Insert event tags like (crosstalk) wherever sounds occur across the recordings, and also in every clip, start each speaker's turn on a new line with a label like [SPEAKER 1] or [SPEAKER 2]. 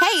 [SPEAKER 1] Hey,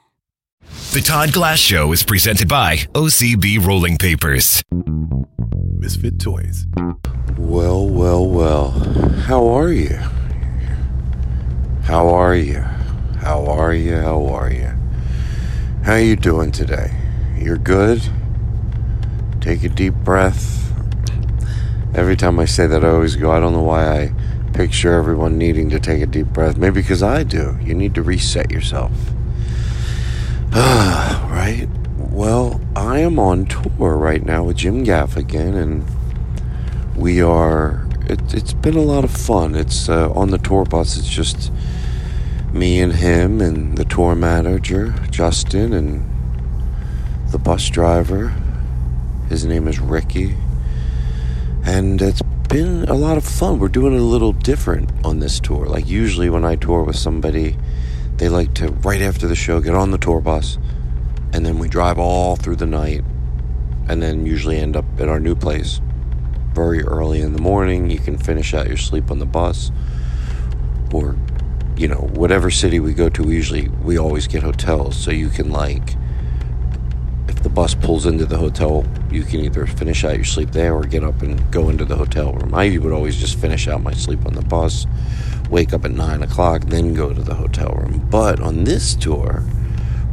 [SPEAKER 2] The Todd Glass Show is presented by OCB Rolling Papers.
[SPEAKER 3] Misfit Toys.
[SPEAKER 4] Well, well, well. How are you? How are you? How are you? How are you? How you doing today? You're good? Take a deep breath. Every time I say that, I always go, I don't know why I picture everyone needing to take a deep breath. Maybe because I do. You need to reset yourself. Ah, right. Well, I am on tour right now with Jim Gaffigan, and we are. It, it's been a lot of fun. It's uh, on the tour bus. It's just me and him, and the tour manager Justin, and the bus driver. His name is Ricky, and it's been a lot of fun. We're doing it a little different on this tour. Like usually when I tour with somebody they like to right after the show get on the tour bus and then we drive all through the night and then usually end up at our new place very early in the morning you can finish out your sleep on the bus or you know whatever city we go to we usually we always get hotels so you can like if the bus pulls into the hotel you can either finish out your sleep there or get up and go into the hotel room i would always just finish out my sleep on the bus wake up at 9 o'clock, then go to the hotel room. But on this tour,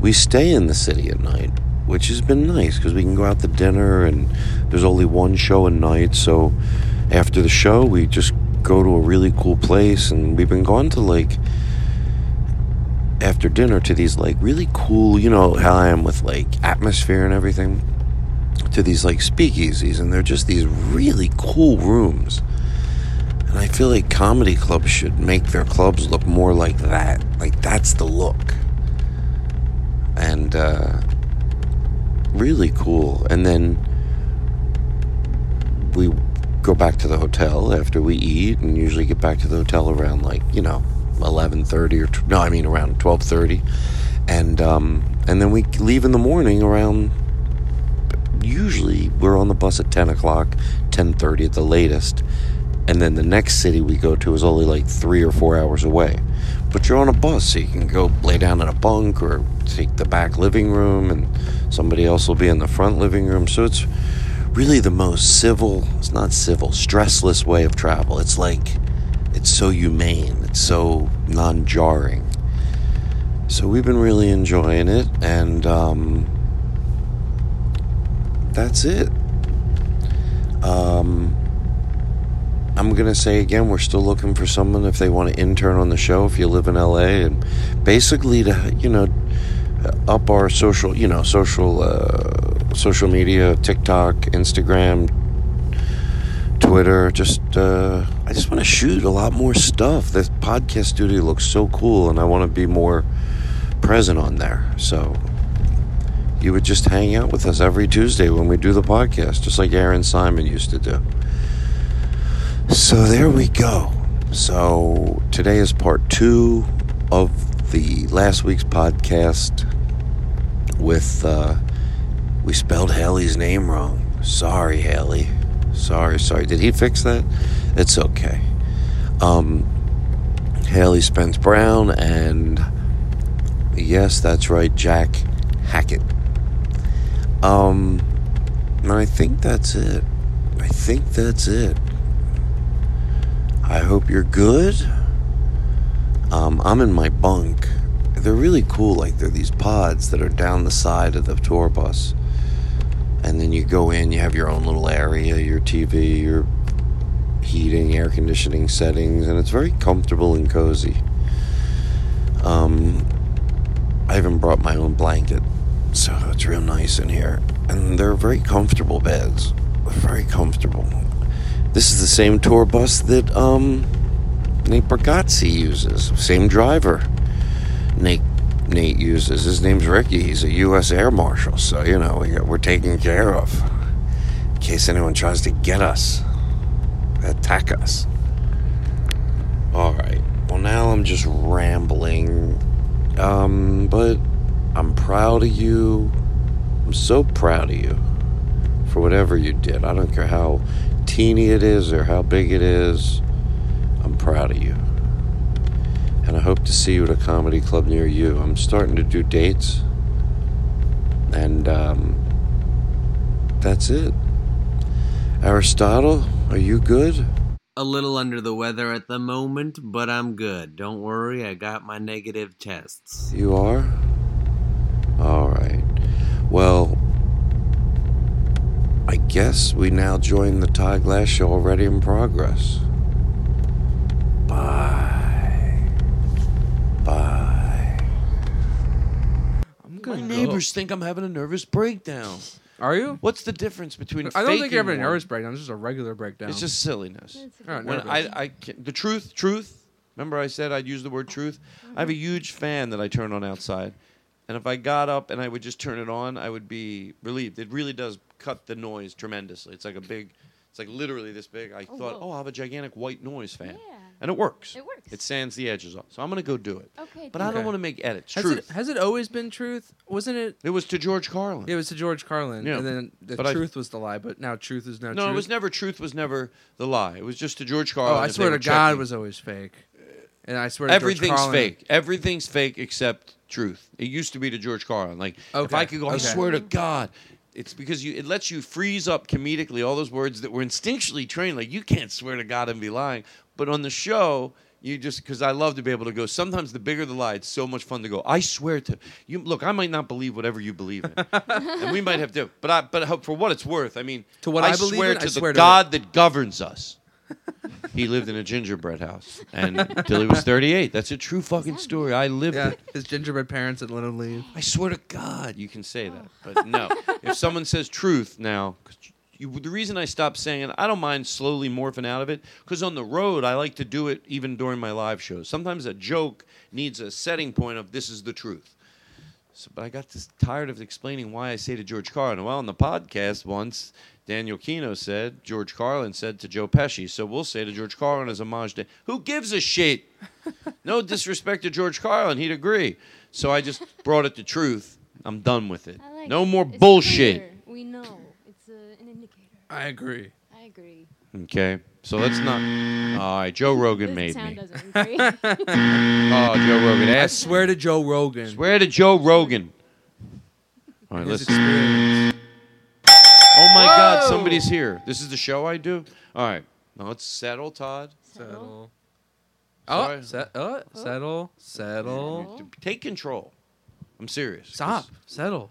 [SPEAKER 4] we stay in the city at night, which has been nice because we can go out to dinner and there's only one show a night. So after the show, we just go to a really cool place and we've been going to like after dinner to these like really cool, you know, how I am with like atmosphere and everything to these like speakeasies and they're just these really cool rooms. And I feel like comedy clubs should make their clubs look more like that. Like, that's the look. And, uh, really cool. And then we go back to the hotel after we eat and usually get back to the hotel around like, you know, 11:30 or t- no, I mean around 12:30. And um and then we leave in the morning around usually we're on the bus at 10 o'clock 10.30 at the latest and then the next city we go to is only like three or four hours away. But you're on a bus, so you can go lay down in a bunk or take the back living room, and somebody else will be in the front living room. So it's really the most civil, it's not civil, stressless way of travel. It's like, it's so humane, it's so non jarring. So we've been really enjoying it, and um, that's it. Um, I'm going to say again, we're still looking for someone if they want to intern on the show if you live in LA and basically to, you know, up our social, you know, social uh, social media, TikTok, Instagram, Twitter, just uh, I just want to shoot a lot more stuff. This podcast studio looks so cool and I want to be more present on there. So you would just hang out with us every Tuesday when we do the podcast, just like Aaron Simon used to do. So there we go. So today is part two of the last week's podcast with uh, we spelled Haley's name wrong. Sorry, Haley. Sorry, sorry. Did he fix that? It's okay. Um, Haley Spence Brown and yes, that's right, Jack Hackett. Um, and I think that's it. I think that's it. I hope you're good. Um, I'm in my bunk. They're really cool. Like they're these pods that are down the side of the tour bus, and then you go in. You have your own little area, your TV, your heating, air conditioning settings, and it's very comfortable and cozy. Um, I even brought my own blanket, so it's real nice in here. And they're very comfortable beds. They're very comfortable. This is the same tour bus that um, Nate Bargatze uses. Same driver. Nate Nate uses. His name's Ricky. He's a U.S. Air Marshal, so you know we got, we're taken care of. In case anyone tries to get us, attack us. All right. Well, now I'm just rambling, um, but I'm proud of you. I'm so proud of you for whatever you did. I don't care how teeny it is or how big it is. I'm proud of you. And I hope to see you at a comedy club near you. I'm starting to do dates. And um, that's it. Aristotle, are you good?
[SPEAKER 5] A little under the weather at the moment, but I'm good. Don't worry, I got my negative tests.
[SPEAKER 4] You are? All right. Well, I guess we now join the Todd Glass show already in progress. Bye. Bye.
[SPEAKER 5] My
[SPEAKER 6] Neighbors think I'm having a nervous breakdown.
[SPEAKER 7] Are you?
[SPEAKER 6] What's the difference between?
[SPEAKER 7] I don't think you're
[SPEAKER 6] faking
[SPEAKER 7] having a
[SPEAKER 6] one-
[SPEAKER 7] nervous breakdown. It's just a regular breakdown.
[SPEAKER 6] It's just silliness.
[SPEAKER 7] All right,
[SPEAKER 6] When
[SPEAKER 7] nervous.
[SPEAKER 6] I, I can, the truth, truth. Remember, I said I'd use the word truth. I have a huge fan that I turn on outside, and if I got up and I would just turn it on, I would be relieved. It really does cut the noise tremendously. It's like a big, it's like literally this big. I thought,
[SPEAKER 8] whoa.
[SPEAKER 6] oh, I'll have a gigantic white noise fan,
[SPEAKER 8] Yeah.
[SPEAKER 6] and it works.
[SPEAKER 8] It works.
[SPEAKER 6] It sands the edges off. So I'm gonna go do it.
[SPEAKER 8] Okay,
[SPEAKER 6] But
[SPEAKER 8] do
[SPEAKER 6] I don't
[SPEAKER 7] it.
[SPEAKER 6] want to make edits.
[SPEAKER 7] has
[SPEAKER 6] truth.
[SPEAKER 7] it has it always been truth? Wasn't it?
[SPEAKER 6] It was to George Carlin.
[SPEAKER 7] It was to George Carlin,
[SPEAKER 6] Yeah,
[SPEAKER 7] and then the
[SPEAKER 6] but I-
[SPEAKER 7] truth was the lie. But now truth is now
[SPEAKER 6] no,
[SPEAKER 7] truth.
[SPEAKER 6] it was never truth. Was never the lie. It was just to George
[SPEAKER 7] Oh,
[SPEAKER 6] Carlin.
[SPEAKER 7] I
[SPEAKER 6] if they
[SPEAKER 7] swear
[SPEAKER 6] were
[SPEAKER 7] to God,
[SPEAKER 6] checking.
[SPEAKER 7] was always fake. And I swear to George
[SPEAKER 6] Everything's
[SPEAKER 7] Carlin-
[SPEAKER 6] fake. Everything's fake except truth. It used to be to George Carlin. Like if
[SPEAKER 7] Okay,
[SPEAKER 6] I could go, I
[SPEAKER 7] okay.
[SPEAKER 6] swear to God, it's because you. It lets you freeze up comedically all those words that were instinctually trained. Like you can't swear to God and be lying. But on the show, you just because I love to be able to go. Sometimes the bigger the lie, it's so much fun to go. I swear to you. Look, I might not believe whatever you
[SPEAKER 7] (laughs)
[SPEAKER 6] believe in, and we might have to. But I, but ho- for what it's worth, I mean,
[SPEAKER 7] To what I believe
[SPEAKER 6] swear
[SPEAKER 7] in, I
[SPEAKER 6] to the
[SPEAKER 7] swear to
[SPEAKER 6] God that governs us. He lived in a gingerbread house and till he was 38. That's a true fucking story. I lived
[SPEAKER 7] Yeah,
[SPEAKER 6] it.
[SPEAKER 7] his gingerbread parents had let him leave.
[SPEAKER 6] I swear to God, you can say that. But no, if someone says truth now, 'cause you, the reason I stopped saying it, I don't mind slowly morphing out of it because on the road, I like to do it even during my live shows. Sometimes a joke needs a setting point of this is the truth. So, but I got this tired of explaining why I say to George Carlin. Well, on the podcast once, Daniel Kino said George Carlin said to Joe Pesci. So we'll say to George Carlin as homage to who gives a shit.
[SPEAKER 8] (laughs)
[SPEAKER 6] no disrespect to George Carlin, he'd agree. So I just brought it to truth. I'm done with it.
[SPEAKER 8] I like
[SPEAKER 6] no
[SPEAKER 8] it.
[SPEAKER 6] more
[SPEAKER 8] It's
[SPEAKER 6] bullshit.
[SPEAKER 8] clear. We know. It's uh, an indicator.
[SPEAKER 7] I agree.
[SPEAKER 8] I agree.
[SPEAKER 6] Okay. So let's not. All right, Joe Rogan
[SPEAKER 8] the
[SPEAKER 6] made me.
[SPEAKER 8] sound doesn't agree.
[SPEAKER 6] (laughs)
[SPEAKER 8] (laughs)
[SPEAKER 6] Oh, Joe Rogan.
[SPEAKER 7] I
[SPEAKER 6] Ask.
[SPEAKER 7] swear to Joe Rogan.
[SPEAKER 6] Swear to Joe Rogan. All right,
[SPEAKER 7] his
[SPEAKER 6] let's.
[SPEAKER 7] experience.
[SPEAKER 6] Oh my God,
[SPEAKER 7] Whoa!
[SPEAKER 6] somebody's here. This is the show I do? All right. Now let's settle, Todd.
[SPEAKER 7] Settle.
[SPEAKER 6] Sorry.
[SPEAKER 7] Oh, set, oh, settle, settle.
[SPEAKER 6] You- Take control. I'm serious.
[SPEAKER 7] Stop. Settle.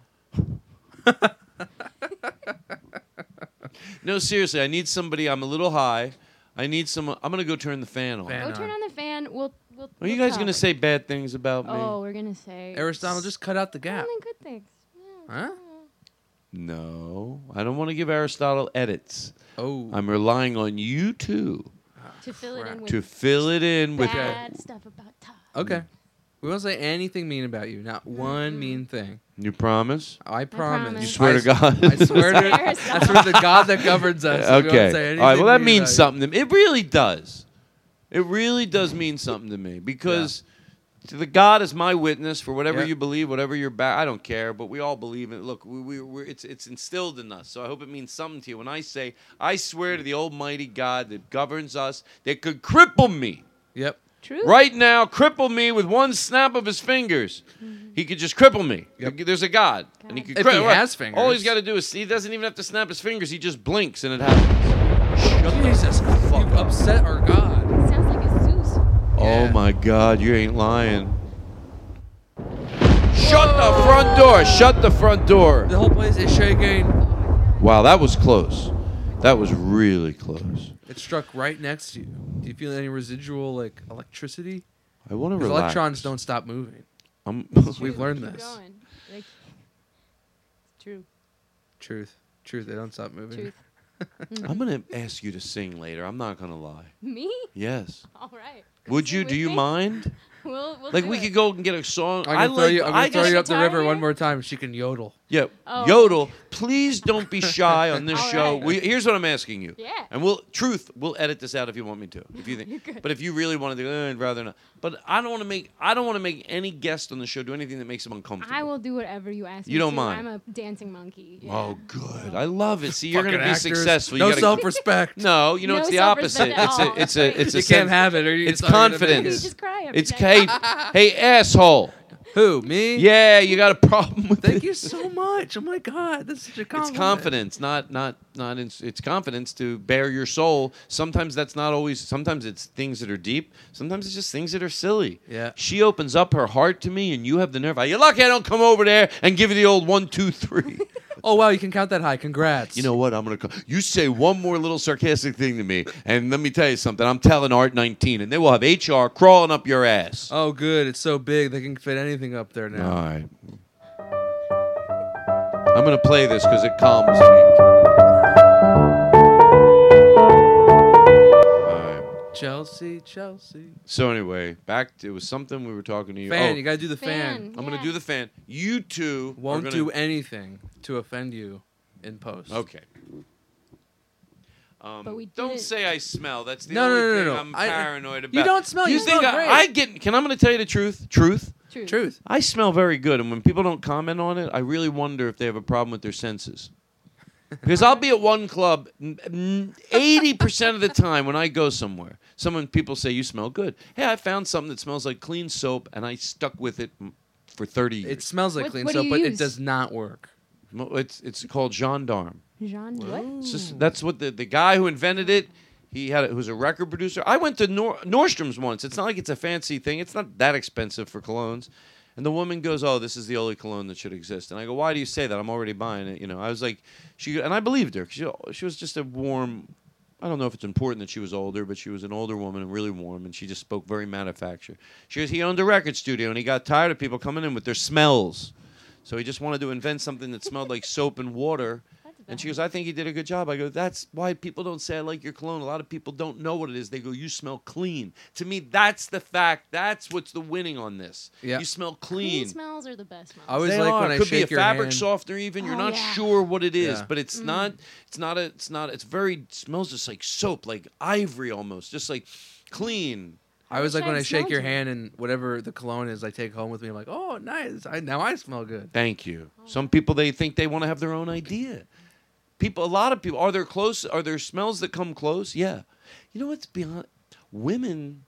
[SPEAKER 6] No, seriously, I need somebody. I'm a little high. I need someone. I'm going to go turn the fan on.
[SPEAKER 7] Fan.
[SPEAKER 8] Go
[SPEAKER 7] And,
[SPEAKER 8] turn
[SPEAKER 7] uh,
[SPEAKER 8] on the fan. We'll. we'll
[SPEAKER 6] Are you
[SPEAKER 8] we'll
[SPEAKER 6] guys going to
[SPEAKER 8] talk.
[SPEAKER 6] say bad things about me?
[SPEAKER 8] Oh, we're gonna say.
[SPEAKER 7] Aristotle, just cut out the gap.
[SPEAKER 8] Only good things. Yeah.
[SPEAKER 7] Huh?
[SPEAKER 6] No. I don't want to give Aristotle edits.
[SPEAKER 7] Oh.
[SPEAKER 6] I'm relying on you two
[SPEAKER 8] To fill it in with
[SPEAKER 6] to fill it in with.
[SPEAKER 8] bad stuff about Todd.
[SPEAKER 7] okay. Uh, mm. We won't say anything mean about you. Not one mean thing.
[SPEAKER 6] You promise?
[SPEAKER 7] I promise.
[SPEAKER 8] promise. You
[SPEAKER 6] swear
[SPEAKER 7] I
[SPEAKER 6] to
[SPEAKER 7] s-
[SPEAKER 6] God? (laughs)
[SPEAKER 7] I swear to
[SPEAKER 8] Swear,
[SPEAKER 7] I (laughs) swear to the God that governs us. we won't say
[SPEAKER 6] Okay. All right.
[SPEAKER 7] anything
[SPEAKER 6] Well, that
[SPEAKER 7] mean
[SPEAKER 6] means
[SPEAKER 7] about
[SPEAKER 6] something to me. It really does. It really does mean something to me because to the God is my witness for whatever
[SPEAKER 7] Yeah.
[SPEAKER 6] you believe, whatever your back. I don't care, but we all believe it. Look, we, we we're, it's it's instilled in us, so I hope it means something to you. When I say, I swear to the Almighty God that governs us, that could cripple me.
[SPEAKER 7] Yep.
[SPEAKER 9] True.
[SPEAKER 6] Right now, cripple me with one snap of his fingers. He could just cripple me. There's a God, and he could.
[SPEAKER 7] Mm-hmm. If
[SPEAKER 6] cri-
[SPEAKER 7] he
[SPEAKER 6] right.
[SPEAKER 7] has
[SPEAKER 6] all
[SPEAKER 7] fingers.
[SPEAKER 6] he's got to do is he doesn't even have to snap his fingers. He just blinks, and it happens. Shut Jesus, fuck
[SPEAKER 7] You've upset our God.
[SPEAKER 8] Sounds like a Zeus.
[SPEAKER 6] Oh my God, you ain't lying. Shut the front door. Shut the front door.
[SPEAKER 7] The whole place is shaking.
[SPEAKER 6] Wow, that was close. That was really close.
[SPEAKER 7] It struck right next to you. Do you feel any residual like electricity?
[SPEAKER 6] I want to
[SPEAKER 7] 'Cause
[SPEAKER 6] relax.
[SPEAKER 7] Electrons don't stop moving. (laughs)
[SPEAKER 6] I'm (laughs)
[SPEAKER 7] We've learned this.
[SPEAKER 8] Going. Like, it's true.
[SPEAKER 7] Truth. Truth. They don't stop moving.
[SPEAKER 8] Truth.
[SPEAKER 6] I'm gonna ask you to sing later. I'm not gonna lie.
[SPEAKER 8] Me?
[SPEAKER 6] Yes.
[SPEAKER 8] All right.
[SPEAKER 6] Would you? Do you mind?
[SPEAKER 8] We'll, we'll
[SPEAKER 6] Like
[SPEAKER 8] do
[SPEAKER 6] we
[SPEAKER 8] it.
[SPEAKER 6] could go and get a song.
[SPEAKER 7] I'm gonna throw
[SPEAKER 6] like-
[SPEAKER 7] you. I'm gonna
[SPEAKER 6] I
[SPEAKER 7] throw
[SPEAKER 6] just-
[SPEAKER 7] you up the river one more time. She can yodel.
[SPEAKER 6] Yeah.
[SPEAKER 8] Oh.
[SPEAKER 6] Yodel. Please don't be shy on this
[SPEAKER 8] (laughs) All
[SPEAKER 6] show.
[SPEAKER 8] right.
[SPEAKER 6] We, here's what I'm asking you.
[SPEAKER 8] Yeah.
[SPEAKER 6] And we'll truth. We'll edit this out if you want me to. If you
[SPEAKER 8] (laughs) You're
[SPEAKER 6] think.
[SPEAKER 8] good.
[SPEAKER 6] But if you really want to do, eh, I'd rather not. But I don't want to make. I don't want to make any guest on the show do anything that makes them uncomfortable.
[SPEAKER 8] I will do whatever you ask me
[SPEAKER 6] You don't
[SPEAKER 8] to.
[SPEAKER 6] mind.
[SPEAKER 8] I'm a dancing monkey. Yeah.
[SPEAKER 6] Oh, good. I love it. See, you're going to
[SPEAKER 7] Fucking
[SPEAKER 6] be
[SPEAKER 7] actors.
[SPEAKER 6] successful. You
[SPEAKER 7] No
[SPEAKER 6] gotta-
[SPEAKER 7] self-respect.
[SPEAKER 6] (laughs) No, you know
[SPEAKER 8] No
[SPEAKER 6] it's the opposite.
[SPEAKER 8] self-respect at
[SPEAKER 6] It's a,
[SPEAKER 8] all.
[SPEAKER 6] it's a, it's a.
[SPEAKER 7] You can't
[SPEAKER 6] sense-
[SPEAKER 7] have it, or you- it's
[SPEAKER 6] it's
[SPEAKER 7] not gonna make
[SPEAKER 6] confidence.
[SPEAKER 7] it. You just
[SPEAKER 8] cry every
[SPEAKER 6] it's hey,
[SPEAKER 8] day.
[SPEAKER 6] hey, asshole.
[SPEAKER 7] Who me?
[SPEAKER 6] Yeah, you got a problem with
[SPEAKER 7] Thank
[SPEAKER 6] it.
[SPEAKER 7] you so much. Oh my God, that's such a
[SPEAKER 6] It's
[SPEAKER 7] compliment.
[SPEAKER 6] confidence, not not not. In, it's confidence to bare your soul. Sometimes that's not always. Sometimes it's things that are deep. Sometimes it's just things that are silly.
[SPEAKER 7] Yeah.
[SPEAKER 6] She opens up her heart to me, and you have the nerve. You're lucky I don't come over there and give you the old one, two, three.
[SPEAKER 7] Oh wow, you can count that high. Congrats.
[SPEAKER 6] You know what? I'm gonna. Call. You say one more little sarcastic thing to me, and let me tell you something. I'm telling Art 19, and they will have HR crawling up your ass.
[SPEAKER 7] Oh good, it's so big they can fit anything up there
[SPEAKER 6] All
[SPEAKER 7] now.
[SPEAKER 6] right. I'm gonna play this because it calms me. All right.
[SPEAKER 7] Chelsea, Chelsea.
[SPEAKER 6] So anyway, back. It was something we were talking to you.
[SPEAKER 7] Fan,
[SPEAKER 6] oh,
[SPEAKER 7] you gotta do the fan.
[SPEAKER 8] Fan.
[SPEAKER 6] I'm
[SPEAKER 8] Yeah.
[SPEAKER 6] gonna do the fan. You two are
[SPEAKER 7] Won't
[SPEAKER 6] gonna-
[SPEAKER 7] do anything to offend you in post.
[SPEAKER 6] Okay. Um,
[SPEAKER 8] But we
[SPEAKER 6] don't
[SPEAKER 8] didn't-
[SPEAKER 6] say I smell. That's the
[SPEAKER 7] No,
[SPEAKER 6] only
[SPEAKER 7] no, no,
[SPEAKER 6] thing
[SPEAKER 7] no, no.
[SPEAKER 6] I'm
[SPEAKER 7] I-
[SPEAKER 6] paranoid about.
[SPEAKER 7] you don't smell, you
[SPEAKER 6] think
[SPEAKER 7] smell
[SPEAKER 6] I,
[SPEAKER 7] great.
[SPEAKER 6] I get? Can I'm going to tell you the truth? Truth.
[SPEAKER 8] True.
[SPEAKER 7] Truth.
[SPEAKER 6] I smell very good, and when people don't comment on it, I really wonder if they have a problem with their senses. Because I'll be at one club, eighty percent of the time when I go somewhere, someone people say you smell good. Hey, I found something that smells like clean soap, and I stuck with it m- for thirty years.
[SPEAKER 7] It smells like
[SPEAKER 8] What-
[SPEAKER 7] clean
[SPEAKER 8] what do
[SPEAKER 7] soap,
[SPEAKER 8] you
[SPEAKER 7] but it
[SPEAKER 8] use?
[SPEAKER 7] does not work.
[SPEAKER 6] Mo- It's it's called gendarme.
[SPEAKER 8] Jean, what?
[SPEAKER 6] It's just- that's what the, the guy who invented it. He had a, who's a record producer. I went to Nor- Nordstrom's once. It's not like it's a fancy thing. It's not that expensive for colognes. And the woman goes, "Oh, this is the only cologne that should exist." And I go, "Why do you say that? I'm already buying it." You know, I was like, she and I believed her. 'cause She she was just a warm. I don't know if it's important that she was older, but she was an older woman and really warm, and she just spoke very manufactured. She goes, "He owned a record studio, and he got tired of people coming in with their smells." So he just wanted to invent something that smelled like soap and
[SPEAKER 8] (laughs)
[SPEAKER 6] water. And she goes, I think he did a good job. I go, that's why people don't say I like your cologne. A lot of people don't know what it is. They go, you smell clean. To me, that's the fact. That's what's the winning on this.
[SPEAKER 7] Yeah.
[SPEAKER 6] You smell
[SPEAKER 8] Clean
[SPEAKER 6] clean.
[SPEAKER 8] smells are the best smells.
[SPEAKER 7] I always
[SPEAKER 6] They
[SPEAKER 7] like
[SPEAKER 6] are.
[SPEAKER 7] when
[SPEAKER 6] it
[SPEAKER 7] I
[SPEAKER 6] could
[SPEAKER 7] shake
[SPEAKER 6] be a
[SPEAKER 7] your
[SPEAKER 6] fabric
[SPEAKER 7] hand.
[SPEAKER 6] softener, even you're
[SPEAKER 8] Oh,
[SPEAKER 6] not
[SPEAKER 8] yeah. Mm.
[SPEAKER 6] sure what it is,
[SPEAKER 7] Yeah.
[SPEAKER 6] but it's not. It's not a. It's not. It's very. Smells just like soap, like ivory almost, just like clean.
[SPEAKER 7] I always
[SPEAKER 8] wish
[SPEAKER 7] like when
[SPEAKER 8] I'd
[SPEAKER 7] I shake
[SPEAKER 8] smelled
[SPEAKER 7] your
[SPEAKER 8] you.
[SPEAKER 7] hand and whatever the cologne is, I take home with me. I'm like, oh, nice. I now I smell good.
[SPEAKER 6] Thank you. Some people they think they want to have their own idea. People, a lot of people are there close. Are there smells that come close? Yeah. You know what's beyond women.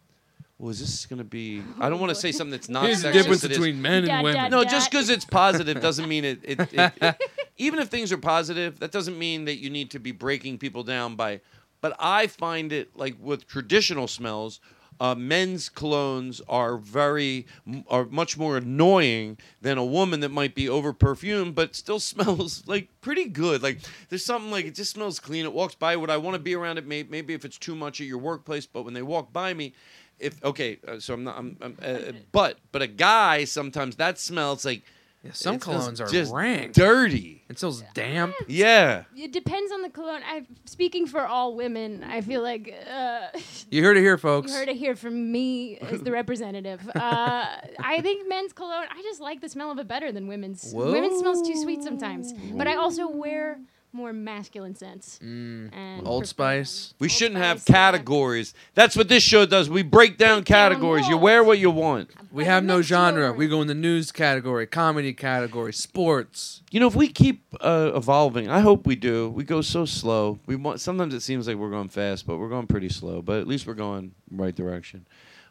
[SPEAKER 6] Was this going to be? I don't want to say something that's not. sexist, it is.
[SPEAKER 7] men
[SPEAKER 8] and Dad, women. dad.
[SPEAKER 6] No, just because it's positive doesn't mean it. it, it, it- (laughs) even if things are positive, that doesn't mean that you need to be breaking people down by. But I find it like with traditional smells, uh, men's colognes are very are much more annoying than a woman that might be over perfumed, but still (laughs) smells like pretty good. Like there's something like it just smells clean. It walks by. Would I want to be around it? May, maybe if it's too much at your workplace, but when they walk by me, if okay, uh, so I'm not. I'm, I'm uh, but but a guy sometimes that smells like
[SPEAKER 7] Yeah, some
[SPEAKER 6] it smells
[SPEAKER 7] colognes are
[SPEAKER 6] just
[SPEAKER 7] rank.
[SPEAKER 6] dirty.
[SPEAKER 7] It smells damp.
[SPEAKER 6] Yeah.
[SPEAKER 8] It depends on the cologne. I speaking for all women. I feel like uh,
[SPEAKER 7] You heard it here,
[SPEAKER 8] you
[SPEAKER 7] folks.
[SPEAKER 8] heard it here from me as the representative. Uh, I think men's cologne. I just like the smell of it better than women's. Women's smells too sweet sometimes. But I also wear more masculine sense.
[SPEAKER 7] Mm.
[SPEAKER 8] And
[SPEAKER 7] Old Spice.
[SPEAKER 6] We shouldn't have categories. That's what this show does. We break down categories. You wear what you want.
[SPEAKER 7] We have no genre. We go in the news category, comedy category, sports.
[SPEAKER 6] You know, if we keep uh, evolving, I hope we do. We go so slow. We want. Sometimes it seems like we're going fast, but we're going pretty slow. But at least we're going right direction.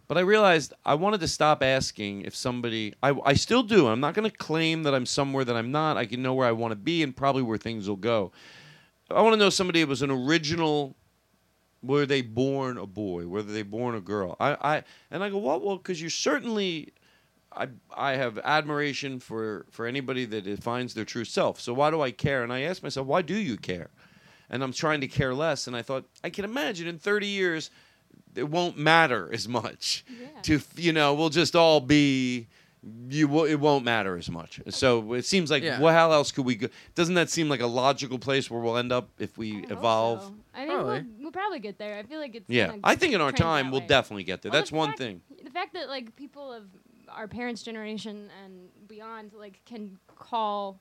[SPEAKER 6] But I realized I wanted to stop asking if somebody. I, I still do. I'm not going to claim that I'm somewhere that I'm not. I can know where I want to be and probably where things will go. I want to know somebody that was an original were they born a boy? Were they born a girl? I, I and I go, well, well, because you certainly, I, I have admiration for for anybody that defines their true self. So why do I care? And I ask myself, why do you care? And I'm trying to care less. And I thought, I can imagine in 30 years, it won't matter as much. To you know, we'll just all be. You will, it won't matter as much. So it seems like
[SPEAKER 7] Yeah.
[SPEAKER 6] well, how else could we go? Doesn't that seem like a logical place where we'll end up if we evolve?
[SPEAKER 8] I think we'll, we'll probably get there. I feel like it's
[SPEAKER 6] Yeah,
[SPEAKER 8] kinda
[SPEAKER 6] I think in our
[SPEAKER 8] trained
[SPEAKER 6] time
[SPEAKER 8] that
[SPEAKER 6] we'll
[SPEAKER 8] way.
[SPEAKER 6] definitely get there.
[SPEAKER 8] Well, the
[SPEAKER 6] That's one
[SPEAKER 8] fact-
[SPEAKER 6] thing.
[SPEAKER 8] The fact that like people of our parents' generation and beyond like can call,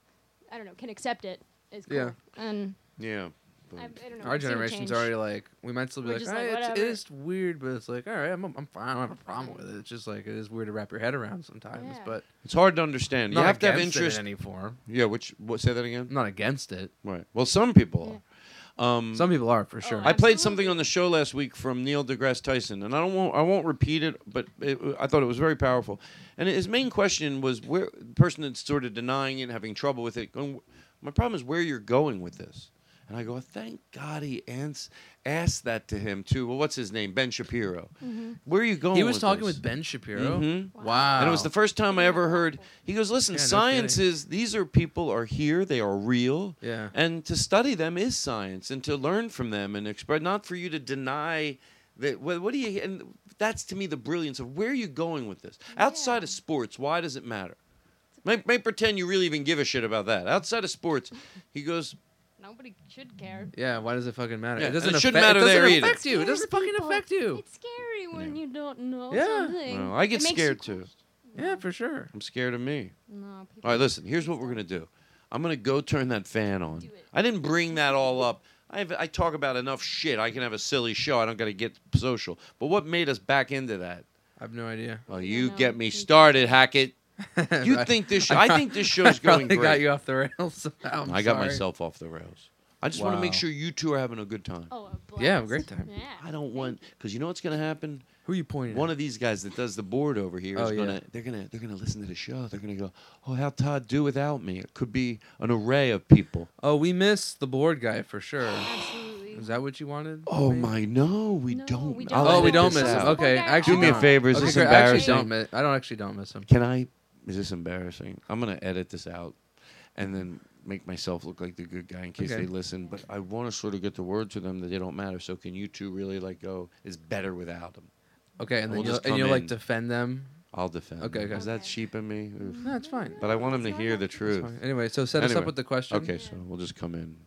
[SPEAKER 8] I don't know, can accept it is cool.
[SPEAKER 7] Yeah.
[SPEAKER 8] And
[SPEAKER 6] Yeah.
[SPEAKER 8] I, I don't know.
[SPEAKER 7] Our
[SPEAKER 8] I've seen it
[SPEAKER 7] generation's
[SPEAKER 8] change.
[SPEAKER 7] already like we might still be
[SPEAKER 8] We're
[SPEAKER 7] like,
[SPEAKER 8] just
[SPEAKER 7] "Ah,
[SPEAKER 8] like,
[SPEAKER 7] it's, it
[SPEAKER 8] whatever."
[SPEAKER 7] is weird, but it's like all right, I'm I'm fine. I don't have a problem with it. It's just like it is weird to wrap your head around sometimes,
[SPEAKER 8] Yeah.
[SPEAKER 7] but
[SPEAKER 6] It's hard to understand.
[SPEAKER 7] Not
[SPEAKER 6] you have to have
[SPEAKER 7] against it in
[SPEAKER 6] interest
[SPEAKER 7] any form.
[SPEAKER 6] Yeah, which what, say that again?
[SPEAKER 7] not against it.
[SPEAKER 6] Right. Well, some people are. Um,
[SPEAKER 7] Some people are
[SPEAKER 8] Oh,
[SPEAKER 7] for sure.
[SPEAKER 6] I played something on the show last week from Neil deGrasse Tyson, and I don't won't, I won't repeat it, but it, I thought it was very powerful. And his main question was where the person that's sort of denying it, having trouble with it, going, my problem is where you're going with this. And I go, thank God he ans- asked that to him too. Well, what's his name? Ben Shapiro.
[SPEAKER 7] Mhm.
[SPEAKER 6] Where are you going?
[SPEAKER 7] He was
[SPEAKER 6] with
[SPEAKER 7] talking
[SPEAKER 6] Oh, this?
[SPEAKER 7] with Ben Shapiro.
[SPEAKER 6] Mhm.
[SPEAKER 7] Wow.
[SPEAKER 6] And it was the first time I ever heard. He goes, "Listen,
[SPEAKER 7] Yeah, no
[SPEAKER 6] science
[SPEAKER 7] kidding.
[SPEAKER 6] is these are people are here. They are real.
[SPEAKER 7] Yeah.
[SPEAKER 6] And to study them is science, and to learn from them and express. Not for you to deny that. What, what do you? And that's to me the brilliance of where are you going with this? Outside of sports, why does it matter? May, may pretend you really even give a shit about that. Outside of sports, he goes.
[SPEAKER 8] Nobody should care.
[SPEAKER 7] Yeah, why does it fucking matter?
[SPEAKER 6] Yeah,
[SPEAKER 7] it doesn't
[SPEAKER 6] and it shouldn't
[SPEAKER 7] affect-
[SPEAKER 6] matter
[SPEAKER 7] it doesn't
[SPEAKER 6] there either.
[SPEAKER 7] affect you. It doesn't fucking
[SPEAKER 8] People-
[SPEAKER 7] affect you.
[SPEAKER 8] It's scary when you don't know
[SPEAKER 7] Yeah.
[SPEAKER 8] something.
[SPEAKER 6] Well, I get
[SPEAKER 8] It makes you-
[SPEAKER 6] scared too.
[SPEAKER 7] Yeah, for sure.
[SPEAKER 6] I'm scared of me.
[SPEAKER 8] No, people
[SPEAKER 6] All right, listen. Here's what we're gonna do. I'm gonna go turn that fan on. I didn't bring that all up. I have, I talk about enough shit. I can have a silly show. I don't gotta get social. But what made us back into that?
[SPEAKER 7] I have no idea.
[SPEAKER 6] Well, you get me started, Hackett. (laughs) You
[SPEAKER 7] I-
[SPEAKER 6] think this? Show, (laughs) I think this show's
[SPEAKER 7] (laughs)
[SPEAKER 6] going
[SPEAKER 7] probably
[SPEAKER 6] great.
[SPEAKER 7] got you off the rails. (laughs) Somehow. I'm
[SPEAKER 6] I got
[SPEAKER 7] sorry.
[SPEAKER 6] myself off the rails. I just want to make
[SPEAKER 7] Wow.
[SPEAKER 6] sure you two are having a good time.
[SPEAKER 8] Oh,
[SPEAKER 7] Yeah, have a great time.
[SPEAKER 6] I don't want because you know what's gonna happen.
[SPEAKER 7] Who you pointing?
[SPEAKER 6] One of these guys that does the board over here is
[SPEAKER 7] Oh, yeah.
[SPEAKER 6] gonna they're gonna they're gonna listen to the show. They're gonna go, oh, how Todd do without me? It could be an array of people.
[SPEAKER 7] Oh, we miss the board guy for sure. Absolutely. Is that what you wanted?
[SPEAKER 6] Oh my no, we don't.
[SPEAKER 7] We
[SPEAKER 6] I'll
[SPEAKER 7] oh, we
[SPEAKER 6] edit
[SPEAKER 7] don't
[SPEAKER 6] this
[SPEAKER 7] miss him.
[SPEAKER 6] out.
[SPEAKER 7] Okay, actually,
[SPEAKER 6] do me a
[SPEAKER 7] don't.
[SPEAKER 6] favor. Is
[SPEAKER 7] Okay,
[SPEAKER 6] this
[SPEAKER 7] great. I
[SPEAKER 6] embarrassing?
[SPEAKER 7] Actually don't miss, I don't actually don't miss him.
[SPEAKER 6] Can I? Is this embarrassing? I'm gonna edit this out, and then make myself look like the good guy in case
[SPEAKER 7] Okay.
[SPEAKER 6] they listen. But I want to sort of get the word to them that they don't matter. So can you two really like go? It's better without them.
[SPEAKER 7] Okay, and then
[SPEAKER 6] We'll
[SPEAKER 7] you'll,
[SPEAKER 6] just
[SPEAKER 7] and
[SPEAKER 6] come
[SPEAKER 7] you'll like
[SPEAKER 6] in.
[SPEAKER 7] defend them.
[SPEAKER 6] I'll defend.
[SPEAKER 7] Okay,
[SPEAKER 6] them.
[SPEAKER 7] okay.
[SPEAKER 6] Is that sheep in me? Oof.
[SPEAKER 7] No, it's fine.
[SPEAKER 6] But I want them to hear the truth.
[SPEAKER 7] fine. Anyway, so set us up with the question.
[SPEAKER 6] Okay, so we'll just come in.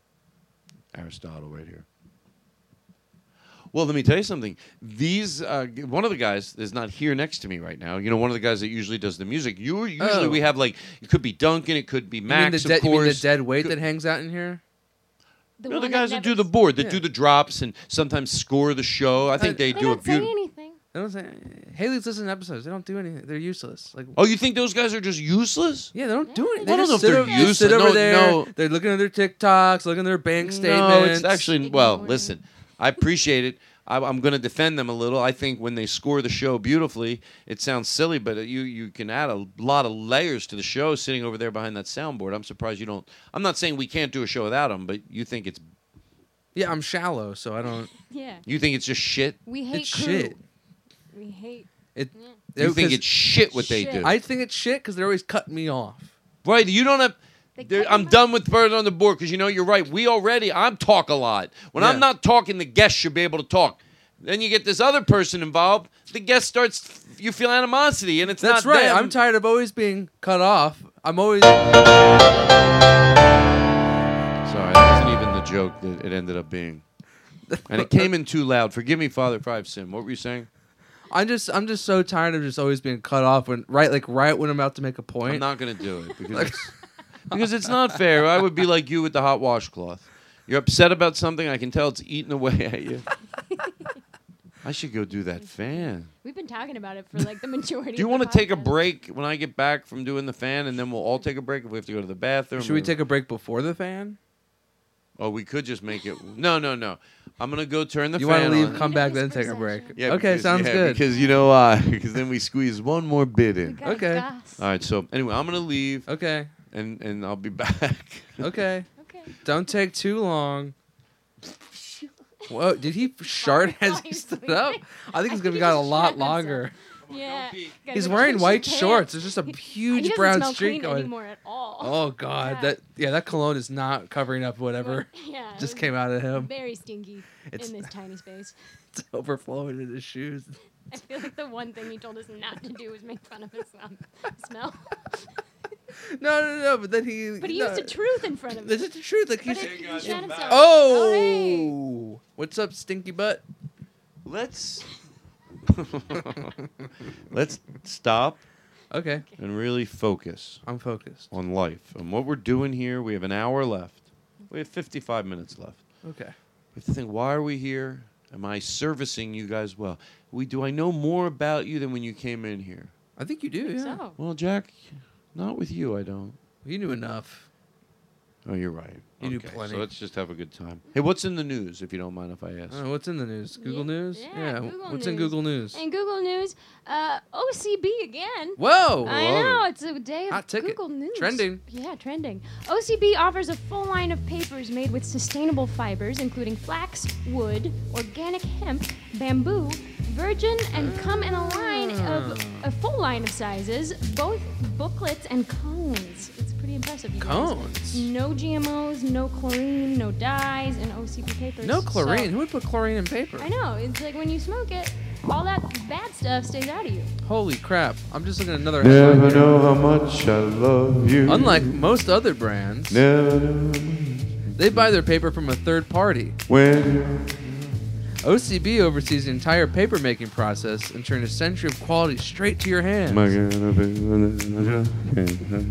[SPEAKER 6] Aristotle right here. Well, let me tell you something. These uh, g- one of the guys is not here next to me right now. You know, one of the guys that usually does the music. You usually
[SPEAKER 7] Oh.
[SPEAKER 6] we have like it could be Duncan, it could be
[SPEAKER 7] You mean,
[SPEAKER 6] Max,
[SPEAKER 7] the dead,
[SPEAKER 6] of
[SPEAKER 7] you mean
[SPEAKER 6] course.
[SPEAKER 7] the dead weight that hangs out in here?
[SPEAKER 8] The
[SPEAKER 6] no, the
[SPEAKER 8] one that
[SPEAKER 6] guys that,
[SPEAKER 8] never
[SPEAKER 6] do the board, that
[SPEAKER 7] Yeah.
[SPEAKER 6] do the drops, and sometimes score the show. I think they,
[SPEAKER 8] They
[SPEAKER 6] do
[SPEAKER 8] don't
[SPEAKER 6] a
[SPEAKER 8] say
[SPEAKER 6] beautiful.
[SPEAKER 8] anything.
[SPEAKER 7] They don't say. Haley's listening to episodes. They don't do anything. They're useless. Like
[SPEAKER 6] Oh, you think those guys are just useless?
[SPEAKER 7] Yeah, they don't do anything.
[SPEAKER 6] I don't
[SPEAKER 7] just
[SPEAKER 6] know if
[SPEAKER 7] sit
[SPEAKER 6] they're
[SPEAKER 7] over- they
[SPEAKER 6] useless.
[SPEAKER 7] Sit over
[SPEAKER 6] No,
[SPEAKER 7] there.
[SPEAKER 6] no.
[SPEAKER 7] They're looking at their TikToks, looking at their bank statements.
[SPEAKER 6] No, it's actually well. Listen, I appreciate it. I, I'm going to defend them a little. I think when they score the show beautifully, it sounds silly, but you you can add a lot of layers to the show sitting over there behind that soundboard. I'm surprised you don't. I'm not saying we can't do a show without them, but you think it's
[SPEAKER 7] Yeah, I'm shallow, so I don't.
[SPEAKER 8] Yeah.
[SPEAKER 6] you think it's just shit.
[SPEAKER 8] We hate
[SPEAKER 7] it's
[SPEAKER 8] crew.
[SPEAKER 7] shit.
[SPEAKER 8] We hate.
[SPEAKER 7] It.
[SPEAKER 6] You think
[SPEAKER 7] 'cause-
[SPEAKER 6] it's shit what they do.
[SPEAKER 7] I think it's shit because they're always cutting me off.
[SPEAKER 6] Right, you don't have.
[SPEAKER 8] They
[SPEAKER 6] there- I'm done with birds on the board because you know you're right. We already I'm talk a lot. When I'm
[SPEAKER 7] Yeah.
[SPEAKER 6] not talking, the guest should be able to talk. Then you get this other person involved. The guest starts. You feel animosity, and it's
[SPEAKER 7] That's
[SPEAKER 6] not
[SPEAKER 7] right.
[SPEAKER 6] them.
[SPEAKER 7] I'm tired of always being cut off. I'm always.
[SPEAKER 6] Sorry, that wasn't even the joke that it ended up being. And it came in too loud. Forgive me, Father Five Sim. What were you saying?
[SPEAKER 7] I'm just. I'm just so tired of just always being cut off when right, like right when I'm about to make a point.
[SPEAKER 6] (laughs) I'm not gonna do it because it's, because it's not fair. I would be like you with the hot washcloth. You're upset about something. I can tell it's eating away at you. I should go do that fan.
[SPEAKER 8] We've been talking about it for like the majority.
[SPEAKER 6] Do you
[SPEAKER 8] want
[SPEAKER 6] want to take a break when I get back from doing the fan, and then we'll all take a break if we have to go to the bathroom?
[SPEAKER 7] Should we
[SPEAKER 6] or-
[SPEAKER 7] take a break before the fan?
[SPEAKER 6] Oh, we could just make it. No, no, no. I'm gonna go turn the.
[SPEAKER 7] You
[SPEAKER 6] fan
[SPEAKER 7] want to leave,
[SPEAKER 6] on.
[SPEAKER 7] come back, then take a break.
[SPEAKER 6] Yeah.
[SPEAKER 7] okay,
[SPEAKER 6] because-
[SPEAKER 7] sounds
[SPEAKER 6] yeah,
[SPEAKER 7] good.
[SPEAKER 6] Because you know why? (laughs) Because then we squeeze one more bit in.
[SPEAKER 7] okay.
[SPEAKER 6] All right. So anyway, I'm gonna leave.
[SPEAKER 7] Okay.
[SPEAKER 6] And and I'll be (laughs) back.
[SPEAKER 8] (laughs)
[SPEAKER 7] Okay. Okay. Don't take too long. Whoa! Did he shart as he stood up? I think he's gonna be got a lot longer.
[SPEAKER 8] Yeah. Gotta
[SPEAKER 7] He's
[SPEAKER 8] go
[SPEAKER 7] wearing
[SPEAKER 8] change
[SPEAKER 7] white
[SPEAKER 8] the pants.
[SPEAKER 7] shorts. There's just
[SPEAKER 8] (laughs)
[SPEAKER 7] a huge
[SPEAKER 8] doesn't
[SPEAKER 7] brown
[SPEAKER 8] smell
[SPEAKER 7] streak
[SPEAKER 8] clean
[SPEAKER 7] going.
[SPEAKER 8] anymore at all.
[SPEAKER 7] (laughs) Oh God,
[SPEAKER 8] Yeah.
[SPEAKER 7] that yeah, that cologne is not covering up
[SPEAKER 8] (laughs)
[SPEAKER 7] whatever
[SPEAKER 8] Yeah. it
[SPEAKER 7] just
[SPEAKER 8] was
[SPEAKER 7] came out of him.
[SPEAKER 8] Very stinky
[SPEAKER 7] It's-
[SPEAKER 8] in this tiny space.
[SPEAKER 7] It's (laughs) overflowing in his shoes. (laughs)
[SPEAKER 8] I feel like the one thing he told us not to do was make fun of his um, smell.
[SPEAKER 7] No, no, no. (laughs) But then he.
[SPEAKER 8] But he
[SPEAKER 7] no.
[SPEAKER 8] used the truth in front of
[SPEAKER 7] This
[SPEAKER 8] us.
[SPEAKER 7] is the truth. Like
[SPEAKER 8] But
[SPEAKER 7] he's.
[SPEAKER 8] it- he shot himself.
[SPEAKER 7] Oh. What's up, stinky butt?
[SPEAKER 6] Let's. Let's stop.
[SPEAKER 7] Okay.
[SPEAKER 6] And really focus.
[SPEAKER 7] I'm focused
[SPEAKER 6] on life and what we're doing here. We have an hour left. We have 55 minutes left.
[SPEAKER 7] Okay.
[SPEAKER 6] We have to think, why are we here? Am I servicing you guys well? We do I know more about you than when you came in here?
[SPEAKER 7] I think you do.
[SPEAKER 6] think
[SPEAKER 7] yeah.
[SPEAKER 8] so.
[SPEAKER 6] Well, Jack, not with you. I don't.
[SPEAKER 7] You knew enough.
[SPEAKER 6] Oh, you're right.
[SPEAKER 7] You do
[SPEAKER 6] Okay,
[SPEAKER 7] plenty.
[SPEAKER 6] So let's just have a good time. Hey, what's in the news? If you don't mind, if I ask.
[SPEAKER 7] Uh, what's in the news? Google News?
[SPEAKER 8] Yeah,
[SPEAKER 7] w-
[SPEAKER 8] Google
[SPEAKER 7] what's in
[SPEAKER 8] News.
[SPEAKER 7] Google News?
[SPEAKER 8] And Google News, uh, OCB again.
[SPEAKER 7] Whoa!
[SPEAKER 8] I
[SPEAKER 7] Whoa.
[SPEAKER 8] know it's a day of
[SPEAKER 7] Hot ticket.
[SPEAKER 8] Google News.
[SPEAKER 7] Trending.
[SPEAKER 8] Yeah, trending. OCB offers a full line of papers made with sustainable fibers, including flax, wood, organic hemp, bamboo, virgin, and come in a line of a full line of sizes, both booklets and cones. It's pretty impressive. You guys.
[SPEAKER 7] Cones?
[SPEAKER 8] No GMOs, no chlorine, no dyes, and OCB papers.
[SPEAKER 7] No chlorine.
[SPEAKER 8] So-
[SPEAKER 7] Who would put chlorine in paper?
[SPEAKER 8] I know. It's like when you smoke it, all that bad stuff stays out of you.
[SPEAKER 7] Holy crap! I'm just looking at another. headline
[SPEAKER 4] Never
[SPEAKER 7] here.
[SPEAKER 4] know how much I love you.
[SPEAKER 7] Unlike most other brands,
[SPEAKER 4] Never know
[SPEAKER 7] they buy their paper from a third party.
[SPEAKER 4] when you're
[SPEAKER 7] OCB oversees the entire paper making process, ensuring a century of quality straight to your hands.
[SPEAKER 4] my gonna be-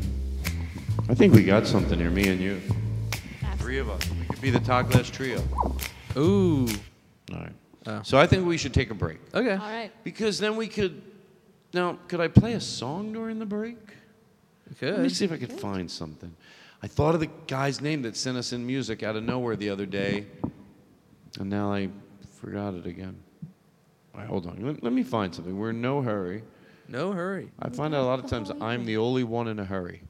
[SPEAKER 6] I think we got something here, me and you. Three of us. We could be the Talk Less Trio.
[SPEAKER 7] Ooh.
[SPEAKER 6] All right. So I think we should take a break.
[SPEAKER 7] Okay.
[SPEAKER 8] All right.
[SPEAKER 6] Because then we could. Now, could I play a song during the break? Let me
[SPEAKER 7] could.
[SPEAKER 6] see if I could find something. I thought of the guy's name that sent us in music out of nowhere the other day, and now I forgot it again. All right, hold on. Let, let me find something. We're in no hurry.
[SPEAKER 7] No hurry.
[SPEAKER 6] I find out a lot of times I'm the only one in a hurry.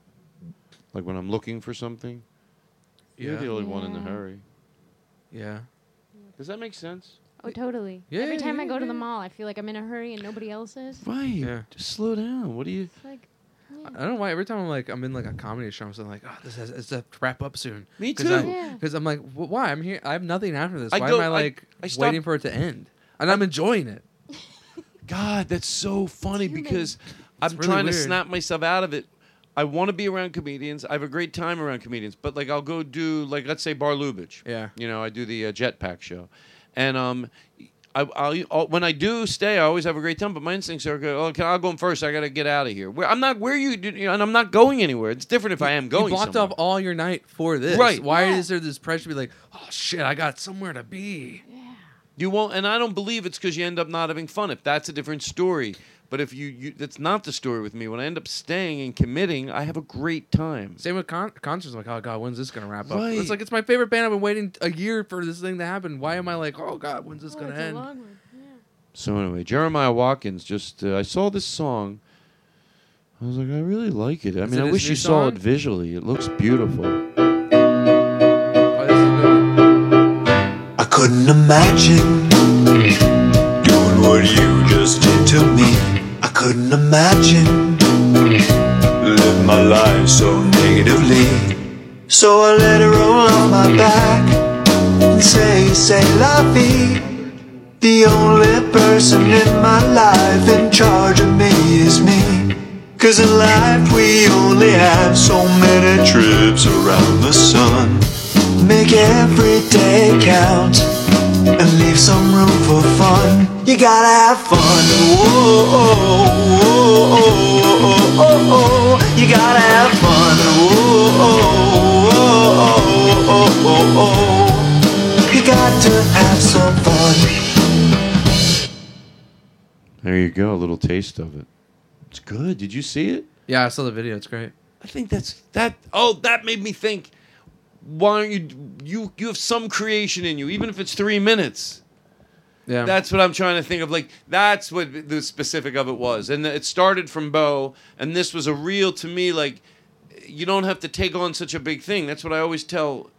[SPEAKER 6] Like when I'm looking for something, you're
[SPEAKER 7] Yeah.
[SPEAKER 6] the only one in a
[SPEAKER 8] Yeah.
[SPEAKER 6] hurry.
[SPEAKER 7] Yeah.
[SPEAKER 6] Does that make sense?
[SPEAKER 8] Oh, totally.
[SPEAKER 7] Yeah,
[SPEAKER 8] Every time
[SPEAKER 7] yeah,
[SPEAKER 8] I go to
[SPEAKER 7] yeah.
[SPEAKER 8] the mall, I feel like I'm in a hurry and nobody else is.
[SPEAKER 6] Right.
[SPEAKER 7] Yeah.
[SPEAKER 6] Just slow down. What do you?
[SPEAKER 8] It's like,
[SPEAKER 7] I don't know why. Every time I'm like, I'm in like a comedy show, I'm just like, oh, this has, this has to wrap up soon.
[SPEAKER 6] Me
[SPEAKER 7] Cause
[SPEAKER 6] too.
[SPEAKER 8] Yeah.
[SPEAKER 7] Because I'm like, "Wh- why? I'm here. I have nothing after this.
[SPEAKER 6] I
[SPEAKER 7] why
[SPEAKER 6] go-
[SPEAKER 7] am I
[SPEAKER 6] I-
[SPEAKER 7] like
[SPEAKER 6] I stop-
[SPEAKER 7] waiting for it to end? And I, am enjoying it.
[SPEAKER 6] God, that's so funny
[SPEAKER 8] human.
[SPEAKER 6] because I'm
[SPEAKER 7] really
[SPEAKER 6] trying to
[SPEAKER 7] weird.
[SPEAKER 6] snap myself out of it. I want to be around comedians. I have a great time around comedians, but like I'll go do like let's say Bar Lubitsch.
[SPEAKER 7] Yeah.
[SPEAKER 6] You know, I do the uh, Jetpack show, and um, I I'll, I'll- when I do stay, I always have a great time. But my instincts are, go, okay, I'll go in first. I gotta get out of here. Where I'm not where you, you know, and I'm not going anywhere. It's different if I am going.
[SPEAKER 7] you blocked
[SPEAKER 6] somewhere.
[SPEAKER 7] off all your night for this.
[SPEAKER 6] Right.
[SPEAKER 7] Why
[SPEAKER 8] Yeah.
[SPEAKER 7] is there this pressure to be like, oh shit, I got somewhere to be?
[SPEAKER 6] You won't, and I don't believe it's because you end up not having fun. If that's a different story, but if you, you that's not the story with me. When I end up staying and committing, I have a great time.
[SPEAKER 7] Same with con- concerts. I'm like, oh god, when's this gonna wrap up?
[SPEAKER 6] Right.
[SPEAKER 7] It's like it's my favorite band. I've been waiting a year for this thing to happen. Why am I like, oh god, when's this
[SPEAKER 8] oh,
[SPEAKER 7] gonna
[SPEAKER 8] it's a
[SPEAKER 7] end?
[SPEAKER 8] long one.
[SPEAKER 6] So anyway, Jeremiah Watkins just uh, I saw this song. I was like, I really like it. I
[SPEAKER 7] Is
[SPEAKER 6] mean,
[SPEAKER 7] it
[SPEAKER 6] I
[SPEAKER 7] his
[SPEAKER 6] wish
[SPEAKER 7] new
[SPEAKER 6] you saw
[SPEAKER 7] song?
[SPEAKER 6] it visually. It looks beautiful.
[SPEAKER 7] Oh, this is a good one.
[SPEAKER 9] I couldn't imagine doing what you just did to me. I couldn't imagine living my life so negatively. So I let her roll off my back and say, say, lovey. The only person in my life in charge of me is me. Cause in life we only have so many trips around the sun. Make every day count and leave some room for fun. You gotta have fun. Whoa, oh, whoa, oh, oh, oh, oh. You gotta have fun. Whoa, oh, oh, oh, oh, oh, oh.
[SPEAKER 6] you go, a little taste of it. It's good. Did you see it?
[SPEAKER 7] Yeah, I saw the video. It's great.
[SPEAKER 6] I think that's that. Oh, that made me think. Why aren't you you you have some creation in you, even if it's three minutes.
[SPEAKER 7] Yeah.
[SPEAKER 6] That's what I'm trying to think of. Like that's what the specific of it was, and it started from Bo, and this was a real to me. Like you don't have to take on such a big thing. That's what I always tell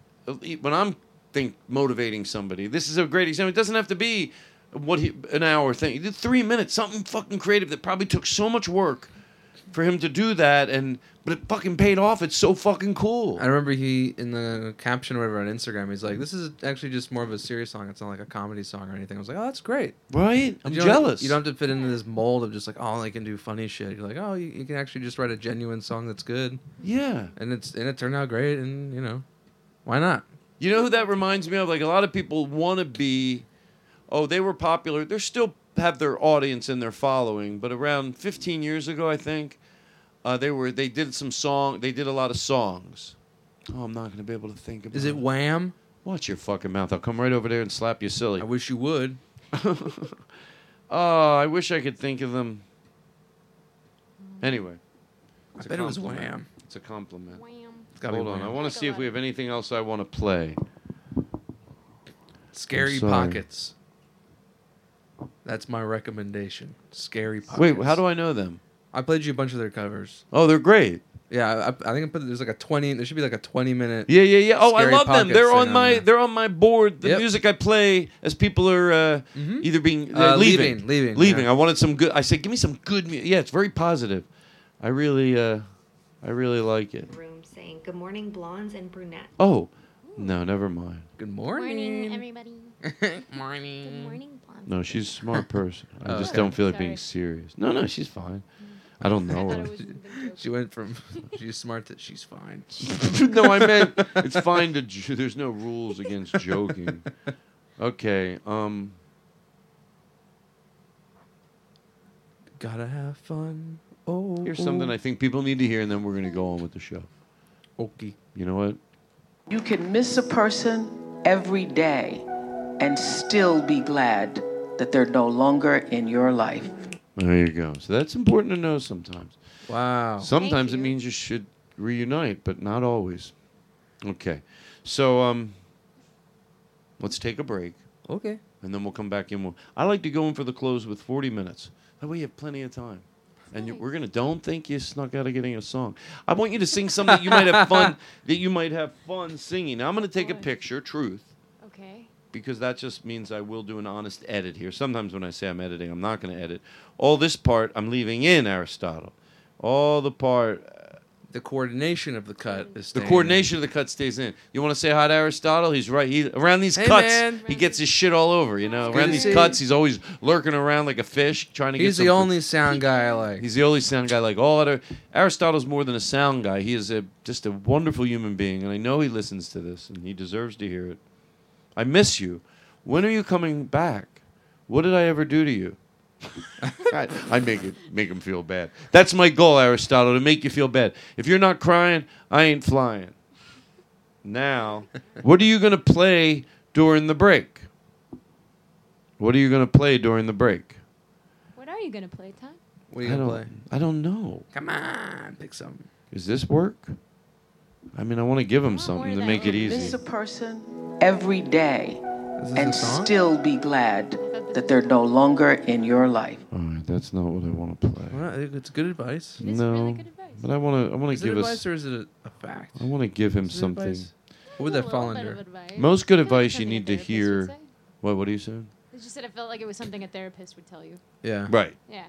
[SPEAKER 6] e, when I'm think motivating somebody. This is a great example. It doesn't have to be what he, an hour thing. He did three minutes, something fucking creative that probably took so much work for him to do that, and but it fucking paid off. It's so fucking cool.
[SPEAKER 7] I remember he in the caption or whatever on Instagram, he's like, "This is actually just more of a serious song. It's not like a comedy song or anything." I was like, "Oh, that's great."
[SPEAKER 6] Right? I'm
[SPEAKER 7] you don't-
[SPEAKER 6] jealous.
[SPEAKER 7] You don't have to fit into this mold of just like, "Oh, I can do funny shit." You're like, "Oh, you, you can actually just write a genuine song that's good."
[SPEAKER 6] Yeah.
[SPEAKER 7] And it's and it turned out great, and you know, why not?
[SPEAKER 6] You know who that reminds me of? Like a lot of people want to be, oh, they were popular. They still have their audience and their following, but around 15 years ago, I think, uh, they were they did some song. They did a lot of songs. Oh, I'm not going to be able to think of.
[SPEAKER 7] Is it Wham?
[SPEAKER 6] Watch your fucking mouth. I'll come right over there and slap you silly. I
[SPEAKER 7] wish you would.
[SPEAKER 6] Oh, I wish I could think of them. Anyway,
[SPEAKER 7] I bet it was
[SPEAKER 6] compliment.
[SPEAKER 7] Wham.
[SPEAKER 6] It's a compliment.
[SPEAKER 7] It's gotta be
[SPEAKER 6] Hold on, I
[SPEAKER 7] Wham.
[SPEAKER 6] want to see if we have anything else I want to play.
[SPEAKER 7] Scary
[SPEAKER 6] sorry.
[SPEAKER 7] Pockets. That's my recommendation. Scary Pockets.
[SPEAKER 6] Wait, how do I know them?
[SPEAKER 7] I played you a bunch of their covers.
[SPEAKER 6] Oh, they're great.
[SPEAKER 7] Yeah, I, I think I put there's like a twenty. There should be like a twenty minute.
[SPEAKER 6] Yeah, yeah, yeah. Oh,
[SPEAKER 7] Scary
[SPEAKER 6] I love them.
[SPEAKER 7] Pockets
[SPEAKER 6] They're
[SPEAKER 7] thing
[SPEAKER 6] on my
[SPEAKER 7] there.
[SPEAKER 6] they're on my board. The
[SPEAKER 7] Yep.
[SPEAKER 6] music I play as people are uh, either being
[SPEAKER 7] Uh,
[SPEAKER 6] uh, leaving,
[SPEAKER 7] leaving, leaving, yeah.
[SPEAKER 6] I wanted some good. I said, give me some good music. Yeah, it's very positive. I really, uh, I really like it.
[SPEAKER 10] room saying, Good morning, blondes and brunettes.
[SPEAKER 6] Oh, no, never mind.
[SPEAKER 7] Good
[SPEAKER 10] Morning, everybody.
[SPEAKER 7] morning.
[SPEAKER 8] Mm.
[SPEAKER 10] Good morning.
[SPEAKER 6] No, she's
[SPEAKER 7] (laughs)
[SPEAKER 6] a smart person. I
[SPEAKER 7] Oh,
[SPEAKER 6] just
[SPEAKER 7] okay.
[SPEAKER 6] don't feel like being
[SPEAKER 7] Sorry.
[SPEAKER 6] serious. No, no, she's fine.
[SPEAKER 10] Mm.
[SPEAKER 7] (laughs)
[SPEAKER 6] I don't know her.
[SPEAKER 7] she went from (laughs) she's smart that she's fine.
[SPEAKER 6] no, I meant it's fine to. j- There's no rules against
[SPEAKER 7] (laughs)
[SPEAKER 6] joking. Okay. Um.
[SPEAKER 7] Gotta have fun. Oh,
[SPEAKER 6] Here's something I think people need to hear, and then we're gonna go on with the show.
[SPEAKER 7] oh, Okay.
[SPEAKER 6] You know what?
[SPEAKER 11] You can miss a person every day and still be glad that they're no longer in your life.
[SPEAKER 6] There you go. So that's important to know sometimes.
[SPEAKER 7] Wow.
[SPEAKER 6] Sometimes it means you should reunite, but not always. Okay. So um, let's take a break,
[SPEAKER 7] Okay.
[SPEAKER 6] and then we'll come back in. More. I like to go in for the close with 40 minutes. That way you have plenty of time. And you, we're gonna don't think you snuck out of getting a song. I want you to sing something that you might have fun that you might have fun singing. Now I'm gonna take a picture. Truth.
[SPEAKER 8] Okay.
[SPEAKER 6] because that just means I will do an honest edit here. Sometimes when I say I'm editing, I'm not going to edit. All this part I'm leaving in Aristotle. All the part,
[SPEAKER 7] the coordination of the cut is
[SPEAKER 6] the coordination of the cut stays in. You want to say hi to Aristotle? He's right. He around these
[SPEAKER 7] Hey,
[SPEAKER 6] cuts,
[SPEAKER 7] man.
[SPEAKER 6] he gets his shit all over. You know,
[SPEAKER 7] Good
[SPEAKER 6] around
[SPEAKER 7] to
[SPEAKER 6] these
[SPEAKER 7] see
[SPEAKER 6] cuts,
[SPEAKER 7] you.
[SPEAKER 6] he's always lurking around like a fish trying to get.
[SPEAKER 7] He's the
[SPEAKER 6] some-
[SPEAKER 7] only sound guy I like.
[SPEAKER 6] He's the only sound guy like all other. Aristotle's more than a sound guy. He is a just a wonderful human being, and I know he listens to this, and he deserves to hear it. I miss you. When are you coming back? What did I ever do to you? (laughs) I, I make it make him feel bad. That's my goal, Aristotle, to make you feel bad. If you're not crying, I ain't flying. Now, what are you gonna play during the break? What are you gonna play during the break?
[SPEAKER 8] What are you gonna play, Todd?
[SPEAKER 7] What are you
[SPEAKER 6] I
[SPEAKER 7] gonna
[SPEAKER 6] don't-
[SPEAKER 7] play?
[SPEAKER 6] I don't know.
[SPEAKER 7] Come on, pick something.
[SPEAKER 6] Is this work? I mean, I want to give him something to make it
[SPEAKER 11] Miss
[SPEAKER 6] easy.
[SPEAKER 11] a person every day and
[SPEAKER 6] song?
[SPEAKER 11] still be glad that they're no longer in your life.
[SPEAKER 6] All right, that's not what I want to play.
[SPEAKER 7] Well, I think it's good advice.
[SPEAKER 6] no, but I want to. I want
[SPEAKER 7] Is
[SPEAKER 6] to
[SPEAKER 7] it
[SPEAKER 6] give
[SPEAKER 7] advice
[SPEAKER 6] us.
[SPEAKER 7] or is it a, a fact?
[SPEAKER 6] I want to give him
[SPEAKER 7] Is it
[SPEAKER 6] something.
[SPEAKER 7] advice? What would that fall under?
[SPEAKER 6] Most good advice you need to hear. What? What are you saying?
[SPEAKER 8] They just said I felt like it was something a therapist would tell you.
[SPEAKER 7] Yeah.
[SPEAKER 6] Right.
[SPEAKER 8] Yeah.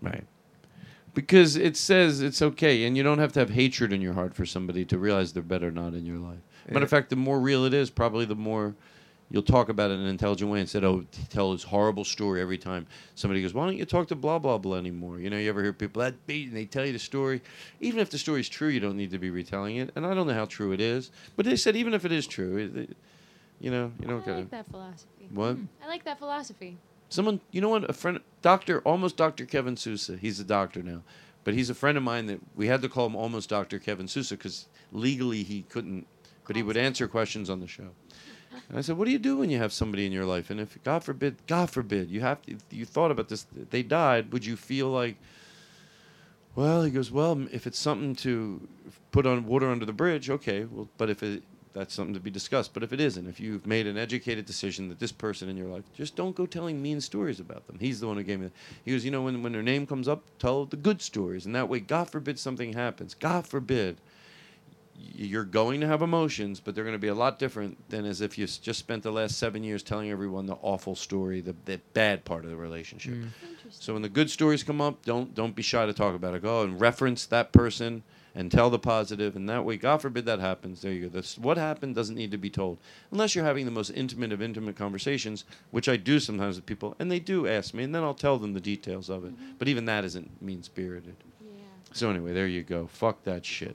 [SPEAKER 6] Right. Because it says it's okay, and you don't have to have hatred in your heart for somebody to realize they're better not in your life. Matter of fact, the more real it is, probably the more you'll talk about it in an intelligent way instead of tell this horrible story every time somebody goes, "Why don't you talk to blah blah blah anymore?" You know, you ever hear people that beat and they tell you the story, even if the story's true, you don't need to be retelling it. And I don't know how true it is, but they said even if it is true, it, it- you know, you don't
[SPEAKER 8] I
[SPEAKER 6] gotta.
[SPEAKER 8] like that philosophy.
[SPEAKER 6] What?
[SPEAKER 8] Hmm, I like that philosophy.
[SPEAKER 6] Someone, you know what? A friend, doctor, almost Dr. Kevin Sousa. He's a doctor now, but he's a friend of mine that we had to call him almost Dr. Kevin Sousa because legally he couldn't, but he would answer questions on the show. And I said, "What do you do when you have somebody in your life? And if God forbid, God forbid, you have to, if you thought about this, if they died, would you feel like?" Well, he goes, "Well, m- if it's something to put on water under the bridge, okay. Well, but if it that's something to be discussed. But if it isn't, if you've made an educated decision that this person in your life, just don't go telling mean stories about them. He's the one who gave me that. He goes, you know, when, when their name comes up, tell the good stories. And that way, God forbid something happens. God forbid you're going to have emotions, but they're going to be a lot different than as if you s- just spent the last seven years telling everyone the awful story, the, the bad part of the relationship.
[SPEAKER 12] Mm.
[SPEAKER 6] So when the good stories come up, don't don't be shy to talk about it. Go and reference that person and tell the positive, and that way, God forbid that happens. There you go. That's, what happened doesn't need to be told, unless you're having the most intimate of intimate conversations, which I do sometimes with people, and they do ask me, and then I'll tell them the details of it. But even that isn't mean spirited. So anyway, there you go. Fuck that shit.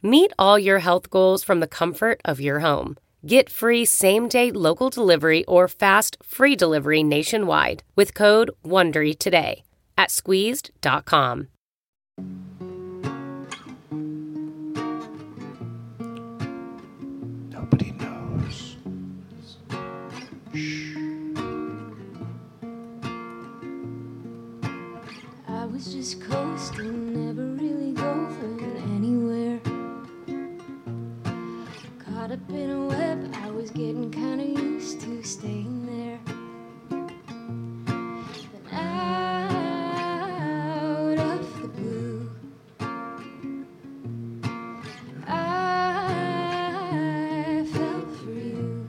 [SPEAKER 13] Meet all your health goals from the comfort of your home. Get free same day local delivery or fast free delivery nationwide with code WONDERY today at squeezed.com.
[SPEAKER 14] I was just coasting, never really going anywhere. Caught up in a web, I was getting kinda used to staying there. Then out of the blue, I fell for you.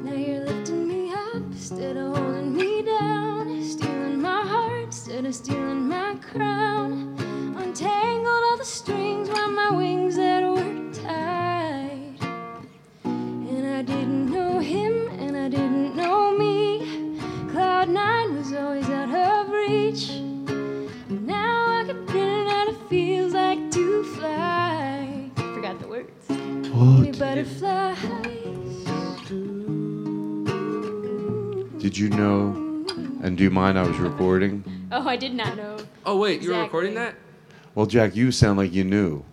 [SPEAKER 14] Now you're lifting me up instead of holding me down, stealing my heart instead of stealing my crown. Untangled all the strings around my wings that were tied. And I didn't know him, and I didn't know me. Cloud nine was always out of reach. Now I can feel that it feels like to fly. Forgot the words. We butterflies.
[SPEAKER 6] Did you know? And do you mind? I was recording.
[SPEAKER 8] Oh, I did not know.
[SPEAKER 7] Oh wait, you were recording that?
[SPEAKER 6] Well, Jack, you sound like you knew.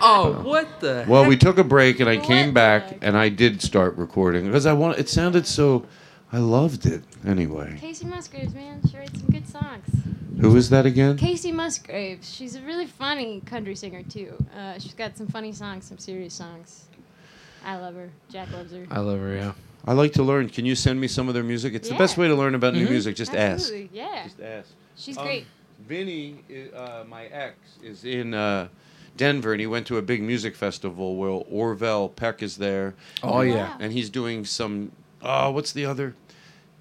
[SPEAKER 7] Oh, what the?
[SPEAKER 6] Well, we took a break, and I came back, and I did start recording because I want. It sounded so. I loved it. Anyway,
[SPEAKER 8] Casey Musgraves, man, she writes some good songs.
[SPEAKER 6] who is that again?
[SPEAKER 8] Casey Musgraves, she's a really funny country singer too. Uh, she's got some funny songs, some serious songs. I love her. Jack loves her.
[SPEAKER 6] I love her. Yeah. I like to learn. Can you send me some of their music? It's
[SPEAKER 8] Yeah.
[SPEAKER 6] the best way to learn about new
[SPEAKER 8] Mhm.
[SPEAKER 6] music. Just ask.
[SPEAKER 8] Absolutely, Yeah. Just
[SPEAKER 6] ask.
[SPEAKER 8] She's
[SPEAKER 6] Um,
[SPEAKER 8] great.
[SPEAKER 6] Vinny, uh, my ex, is in uh, Denver, and he went to a big music festival where Orville Peck is there.
[SPEAKER 7] Oh,
[SPEAKER 6] And-
[SPEAKER 7] yeah.
[SPEAKER 6] and he's doing some. Oh, what's the other?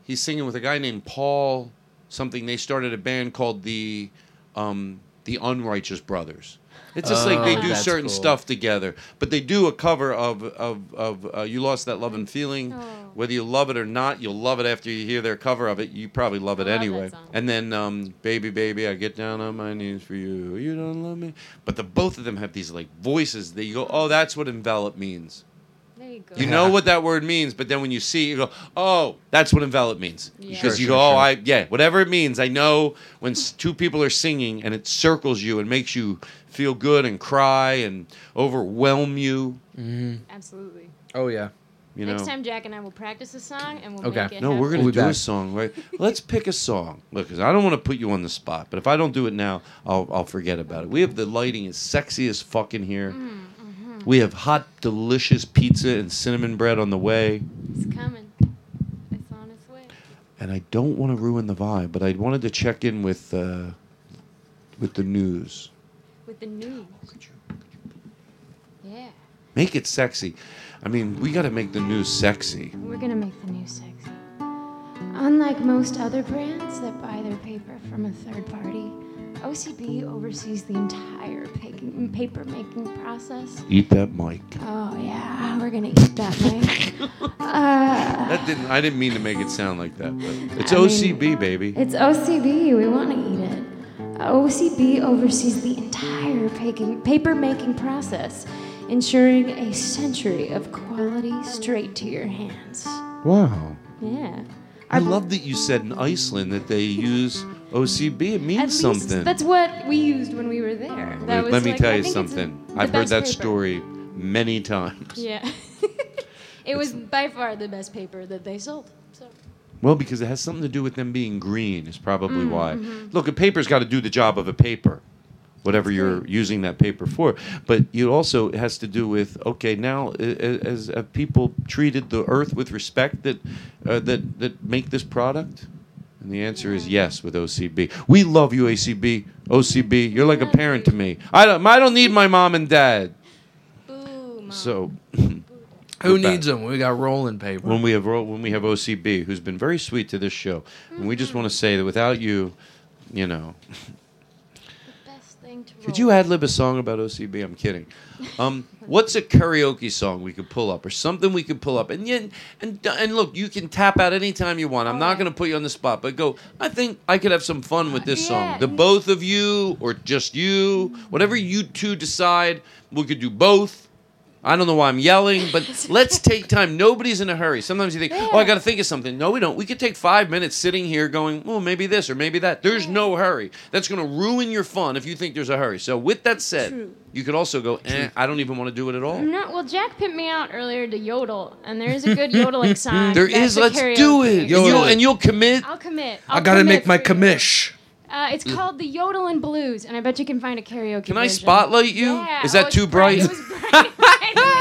[SPEAKER 6] He's singing with a guy named Paul something. They started a band called the um, the Unrighteous Brothers. It's just like they
[SPEAKER 7] Oh,
[SPEAKER 6] do
[SPEAKER 7] that's
[SPEAKER 6] certain
[SPEAKER 7] cool.
[SPEAKER 6] stuff together, but they do a cover of of of uh, "You Lost That Love and Feeling." Whether you love it or not, you'll love it after you hear their cover of it. You probably love it anyway. And then, um, "Baby, Baby, I Get Down on My Knees for You." You don't love me, but the both of them have these like voices that you go, "Oh, that's what envelop means."
[SPEAKER 8] There you go.
[SPEAKER 6] You know what that word means, but then when you see it, you go, oh, that's what envelop means.
[SPEAKER 8] Yeah.
[SPEAKER 6] Because
[SPEAKER 8] Sure,
[SPEAKER 6] you
[SPEAKER 8] sure,
[SPEAKER 6] go, oh,
[SPEAKER 8] sure.
[SPEAKER 6] I, yeah, whatever it means, I know when s- two people are singing and it circles you and makes you feel good and cry and overwhelm you. Mm-hmm.
[SPEAKER 8] Absolutely.
[SPEAKER 6] Oh, yeah. You know,
[SPEAKER 8] Next time, Jack and I will practice a song and we'll make it
[SPEAKER 6] no,
[SPEAKER 8] happen.
[SPEAKER 6] we're going to
[SPEAKER 7] We'll be
[SPEAKER 6] do a
[SPEAKER 7] back.
[SPEAKER 6] song, right? Let's pick a song. Look, 'cause I don't want to put you on the spot, but if I don't do it now, I'll, I'll forget about it. We have the lighting is sexy as fuck in
[SPEAKER 8] Mm,
[SPEAKER 6] here.
[SPEAKER 8] mm-hmm.
[SPEAKER 6] We have hot, delicious pizza and cinnamon bread on the way.
[SPEAKER 8] It's coming.
[SPEAKER 6] and I don't want to ruin the vibe, but I wanted to check in with uh, with the news.
[SPEAKER 8] with the news. Yeah,
[SPEAKER 6] Make it sexy. I mean, we got to make the news sexy.
[SPEAKER 8] we're gonna make the news sexy. Unlike most other brands that buy their paper from a third party, OCB oversees the entire pa- paper making process.
[SPEAKER 6] Eat that mic.
[SPEAKER 8] Oh yeah, we're gonna eat that thing. uh,
[SPEAKER 6] That didn't. I didn't mean to make it sound like that, but it's
[SPEAKER 8] I mean,
[SPEAKER 6] OCB, baby.
[SPEAKER 8] It's OCB. We want to eat it. OCB oversees the entire paking, paper making process, ensuring a century of quality straight to your hands.
[SPEAKER 6] wow.
[SPEAKER 8] Yeah.
[SPEAKER 6] I love that you said in Iceland that they use OCB. It means
[SPEAKER 8] At least
[SPEAKER 6] something.
[SPEAKER 8] that's what we used when we were there. That
[SPEAKER 6] Let-
[SPEAKER 8] was
[SPEAKER 6] Let me
[SPEAKER 8] like-
[SPEAKER 6] tell
[SPEAKER 8] I
[SPEAKER 6] you
[SPEAKER 8] think it's
[SPEAKER 6] something.
[SPEAKER 8] the
[SPEAKER 6] I've heard
[SPEAKER 8] best
[SPEAKER 6] that
[SPEAKER 8] paper.
[SPEAKER 6] story many times.
[SPEAKER 8] Yeah. (laughs) it was by far the best paper that they sold. So.
[SPEAKER 6] Well, because it has something to do with them being green, is probably
[SPEAKER 8] Mm,
[SPEAKER 6] why.
[SPEAKER 8] mhm.
[SPEAKER 6] Look, a paper's got to do the job of a paper, whatever you're using that paper for. But you also it has to do with okay, now a- a- as have people treated the earth with respect that uh, that that make this product. And the answer is yes with OCB. We love you, ACB. OCB, you're like a parent to me. I don't. I don't need my mom and dad. So,
[SPEAKER 7] Who
[SPEAKER 6] with that-
[SPEAKER 7] needs them? We got rolling paper.
[SPEAKER 6] when we have ro- when we have OCB, who's been very sweet to this show, and we just
[SPEAKER 8] Mm-hmm.
[SPEAKER 6] want to say that without you, you know,
[SPEAKER 8] Best thing to
[SPEAKER 6] could you ad lib a song about OCB? I'm kidding. Um, what's a karaoke song we could pull up, or something we could pull up? And yet, and and look, you can tap out anytime you
[SPEAKER 8] Oh,
[SPEAKER 6] want. I'm not going to put you on the spot, but go. I think I could have some fun with this song. The both of you, or just you, whatever
[SPEAKER 8] Mm-hmm.
[SPEAKER 6] you two decide. We could do both. I don't know why I'm yelling,
[SPEAKER 8] (laughs)
[SPEAKER 6] but let's take time. Nobody's in a hurry. Sometimes you think, oh, I got to think of something. No, we don't. We could take five minutes sitting here going, well, maybe this or maybe that. There's no hurry. That's going to ruin your fun if you think there's a hurry. So, with that said,
[SPEAKER 8] True.
[SPEAKER 6] you could also go, eh, I don't even want to do it at all.
[SPEAKER 8] I'm not. Well, Jack pimped me out earlier to yodel, and there is a
[SPEAKER 6] (laughs)
[SPEAKER 8] good yodeling song.
[SPEAKER 6] There
[SPEAKER 8] That's
[SPEAKER 6] is.
[SPEAKER 8] a
[SPEAKER 6] Letlet's
[SPEAKER 8] karaoke.
[SPEAKER 6] do it. And you'll, and you'll commit.
[SPEAKER 8] I'll commit.
[SPEAKER 6] I
[SPEAKER 8] I'll
[SPEAKER 6] gotta
[SPEAKER 8] commit
[SPEAKER 6] make my
[SPEAKER 8] for you.
[SPEAKER 6] commish.
[SPEAKER 8] Uh, it's called the Yodel and Blues, and I bet you can find a karaoke.
[SPEAKER 6] Can I
[SPEAKER 8] version.
[SPEAKER 6] spotlight you?
[SPEAKER 8] Yeah,
[SPEAKER 6] is
[SPEAKER 8] oh,
[SPEAKER 6] that
[SPEAKER 8] it's
[SPEAKER 6] too
[SPEAKER 8] bright.
[SPEAKER 6] bright?
[SPEAKER 8] It was
[SPEAKER 6] (laughs)
[SPEAKER 8] bright.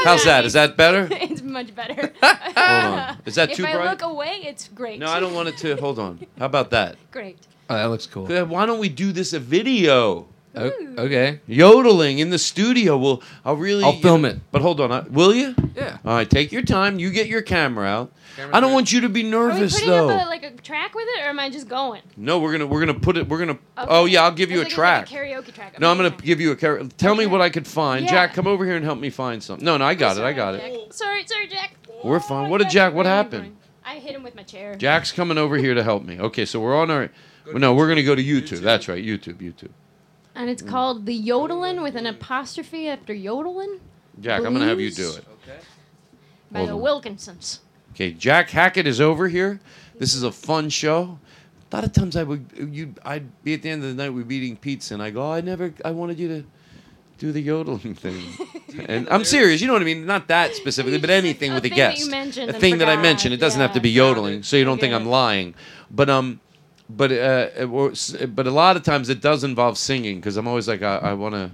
[SPEAKER 6] How's that? Is that better?
[SPEAKER 8] (laughs) it's much better.
[SPEAKER 6] (laughs) Hold on. Is that
[SPEAKER 8] if
[SPEAKER 6] too
[SPEAKER 8] I
[SPEAKER 6] bright?
[SPEAKER 8] look away, it's great.
[SPEAKER 6] No, I don't want it
[SPEAKER 8] (laughs)
[SPEAKER 6] to. Hold on. How about that?
[SPEAKER 8] Great.
[SPEAKER 6] Oh, that looks cool. Why don't we do this a video?
[SPEAKER 7] okay.
[SPEAKER 6] Yodeling in the studio. Well, I'll really. uh,
[SPEAKER 7] I'll film it.
[SPEAKER 6] But hold on. I, will you?
[SPEAKER 8] Yeah.
[SPEAKER 6] All right. Take your time. You get your camera out. I don't want you to be
[SPEAKER 8] Are we
[SPEAKER 6] nervous
[SPEAKER 8] putting
[SPEAKER 6] though.
[SPEAKER 8] up a, like a track with it, or am I just going?
[SPEAKER 6] no, we're gonna we're gonna put it. We're gonna. Oh yeah, I'll give
[SPEAKER 8] I
[SPEAKER 6] you a
[SPEAKER 8] was like,
[SPEAKER 6] track.
[SPEAKER 8] it's like a karaoke track.
[SPEAKER 6] no, I'm gonna give you a character. Tell me what I could find.
[SPEAKER 8] Yeah.
[SPEAKER 6] Jack, come over here and help me find something. No, no, I got it. I got it.
[SPEAKER 8] Jack. Sorry, sorry, Jack.
[SPEAKER 6] We're fine. What did Jack? What happened?
[SPEAKER 8] I hit him with my chair.
[SPEAKER 6] Jack's coming over here to help me. Okay, so we're on our. no, we're gonna go to YouTube. That's right, YouTube, YouTube.
[SPEAKER 8] And it's called the yodelin with an apostrophe after yodelin
[SPEAKER 6] Jack, I'm gonna have you do it.
[SPEAKER 8] by
[SPEAKER 6] Hold
[SPEAKER 8] the
[SPEAKER 6] on.
[SPEAKER 8] Wilkinsons.
[SPEAKER 6] Okay, Jack Hackett is over here. This is a fun show. A lot of times I would you I'd be at the end of the night we'd be eating pizza and I go, oh, I never I wanted you to do the yodeling
[SPEAKER 8] (laughs)
[SPEAKER 6] thing. and I'm serious, you know what I mean? Not that specifically, but anything with a
[SPEAKER 8] thing that
[SPEAKER 6] guest.
[SPEAKER 8] you mentioned
[SPEAKER 6] a
[SPEAKER 8] and
[SPEAKER 6] thing that I
[SPEAKER 8] forgot,
[SPEAKER 6] mentioned. It doesn't have to be yodeling, so you don't think I'm lying. But um but uh it was- but a lot of times it does involve singing because I'm always like I, I want to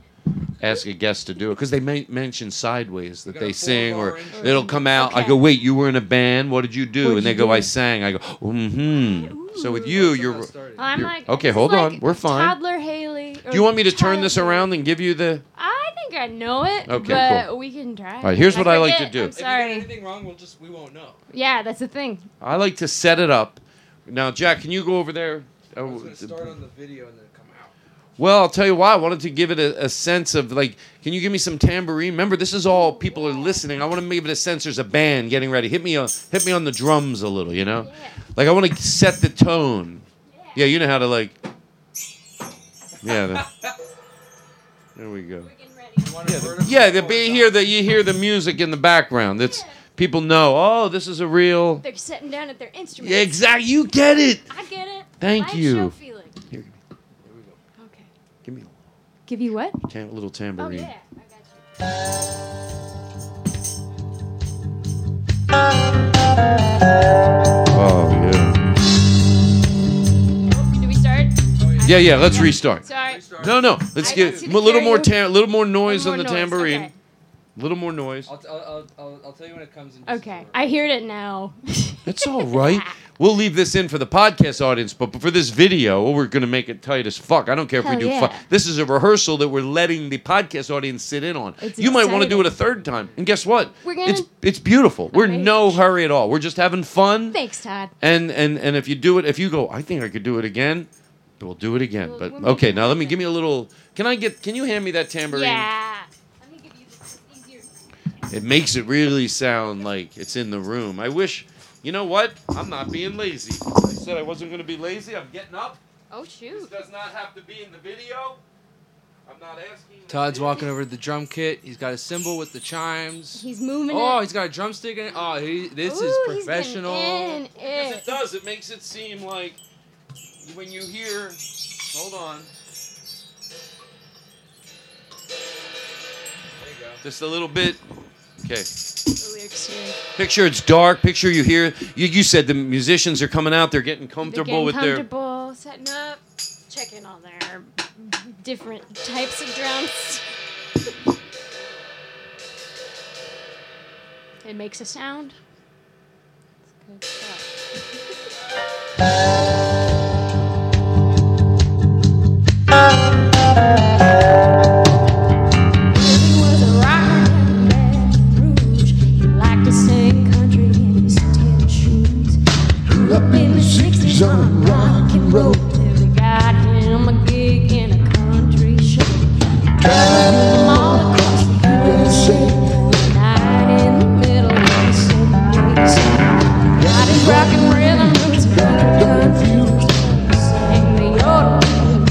[SPEAKER 6] ask a guest to do it because they may mention sideways that they sing or it'll come out. I go, wait, you were in a band. What did you do?
[SPEAKER 8] What did
[SPEAKER 6] and they
[SPEAKER 8] you
[SPEAKER 6] go, I
[SPEAKER 8] do?
[SPEAKER 6] sang. I go, mm-hmm. So with you, you're,
[SPEAKER 8] I'm
[SPEAKER 6] you're-
[SPEAKER 8] like,
[SPEAKER 6] okay.
[SPEAKER 8] this
[SPEAKER 6] Hold
[SPEAKER 8] is
[SPEAKER 6] on,
[SPEAKER 8] like
[SPEAKER 6] we're fine.
[SPEAKER 8] Toddler Haley.
[SPEAKER 6] Do you want me to turn this around and give you the?
[SPEAKER 8] I think I know it,
[SPEAKER 6] Okay,
[SPEAKER 8] but
[SPEAKER 6] cool.
[SPEAKER 8] we can try.
[SPEAKER 6] All right, here's what I like to
[SPEAKER 8] forget.
[SPEAKER 6] do.
[SPEAKER 8] I'm
[SPEAKER 6] If you
[SPEAKER 8] sorry. anything wrong, we'll just we won't know. Yeah, that's the thing.
[SPEAKER 6] I like to set it up. Now, Jack, can you go over there? Uh,
[SPEAKER 7] on the video and then come out.
[SPEAKER 6] Well, I'll tell you why. I wanted to give it a, a sense of like, can you give me some tambourine? Remember, this is all people are listening. I want to give it a sense. There's a band getting ready. Hit me, a, hit me on the drums a little. You know, like I want to set the tone. Yeah, you know how to like. Yeah. the- there we go. Yeah, the, yeah, the, be here that you hear the music in the background. It's people know. Oh, this is a real.
[SPEAKER 8] They're sitting down at their instruments.
[SPEAKER 6] Yeah, exactly. You get it.
[SPEAKER 8] I get it.
[SPEAKER 6] Thank
[SPEAKER 8] Live
[SPEAKER 6] you.
[SPEAKER 8] Show feeling.
[SPEAKER 6] Here, give me. Here we go. Okay. Give me
[SPEAKER 8] Give you what? Oh,
[SPEAKER 6] a tam- little tambourine.
[SPEAKER 8] yeah.
[SPEAKER 6] Oh yeah.
[SPEAKER 8] Do Oh, we start?
[SPEAKER 6] Yeah, yeah. Let's restart.
[SPEAKER 8] Sorry.
[SPEAKER 6] No, no. Let's get a little more tam- a little more noise on the tambourine. A little more noise.
[SPEAKER 7] I'll, t- I'll, I'll, I'll, I'll tell you when it comes in.
[SPEAKER 8] Okay, I heard it now. (laughs)
[SPEAKER 6] That's all right. We'll leave this in for the podcast audience, but for this video, oh, we're going to make it tight as fuck. I don't care if
[SPEAKER 8] Hell
[SPEAKER 6] we do.
[SPEAKER 8] yeah.
[SPEAKER 6] Fu- this is a rehearsal that we're letting the podcast audience sit in on.
[SPEAKER 8] It's
[SPEAKER 6] you might want to do
[SPEAKER 8] exciting.
[SPEAKER 6] it a third time, and guess what?
[SPEAKER 8] We're
[SPEAKER 6] It's
[SPEAKER 8] gonna-
[SPEAKER 6] it's beautiful. We're in no hurry at all. We're just having fun.
[SPEAKER 8] Thanks, Todd.
[SPEAKER 6] And and and if you do it, if you go, I think I could do it again. We'll do it again. but okay, now let me give me a little. Can I get? Can you hand me that tambourine?
[SPEAKER 8] Yeah.
[SPEAKER 6] It makes it really sound like it's in the room. I wish, you know what? I'm not being lazy. I said I wasn't going to be lazy. I'm getting up.
[SPEAKER 8] Oh shoot!
[SPEAKER 6] This does not have to be in the video. I'm not asking.
[SPEAKER 7] Todd's walking over to the drum kit. He's got a cymbal with the chimes.
[SPEAKER 8] He's moving.
[SPEAKER 7] Oh,
[SPEAKER 8] it.
[SPEAKER 7] he's got a drumstick in it. Oh, he, this is
[SPEAKER 8] Ooh, he's getting
[SPEAKER 7] professional.
[SPEAKER 8] in
[SPEAKER 6] Because
[SPEAKER 8] it.
[SPEAKER 6] it does. It makes it seem like when you hear. Hold on. There you go. Just a little bit. Okay. Picture it's dark. Picture you hear. You, you said the musicians are coming out. They're getting
[SPEAKER 8] They're
[SPEAKER 6] comfortable
[SPEAKER 8] getting
[SPEAKER 6] with their.
[SPEAKER 8] comfortable, setting up, checking all their different types of drums. it makes a sound. It's good stuff. He was a rocker in Baton Rouge. He liked to sing country in his tennis shoes. Grew up in the 60s on rock and roll. Till they got him a gig in a country show. Driving him all across the USA. One night in the middle of the suburbs. Got his rock and rhythm roots country confused. He sang the yodel blues.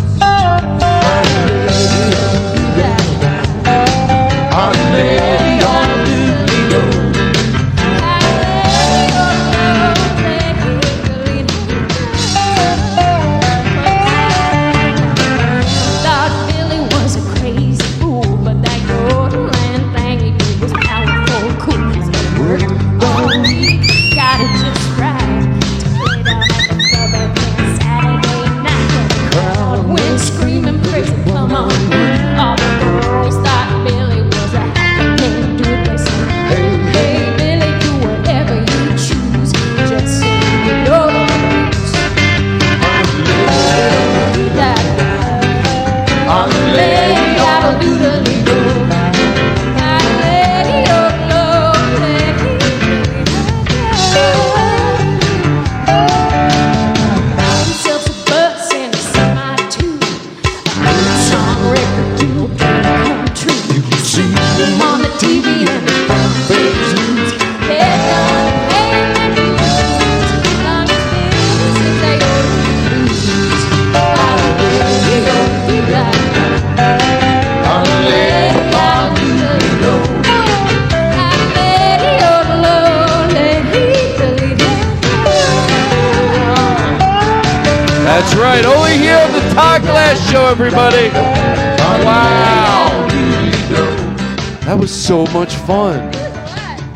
[SPEAKER 8] Thought Billy was a crazy fool, but that Yodeland thing he did was powerful cool. He's been worked all week, got it just right. Took it out at the club and then Saturday night, when the crowd went screaming crazy, come on. Pete." All the girls thought Billy was a happening dude. They said, Hey, hey, Billy, do whatever you choose, just so you know the rules." That Lady, I'll do the legal. My lady, oh, Lord, lady. Found himself a bus and a semi-tube. A eight-song record deal trying to come true. You see him on the TV and the front page news. Head down, head down, down, down, down, down, down, down, down, down, down.
[SPEAKER 6] That's right. Only here on the Todd Glass Show, everybody. Oh, Wow. That was so much fun.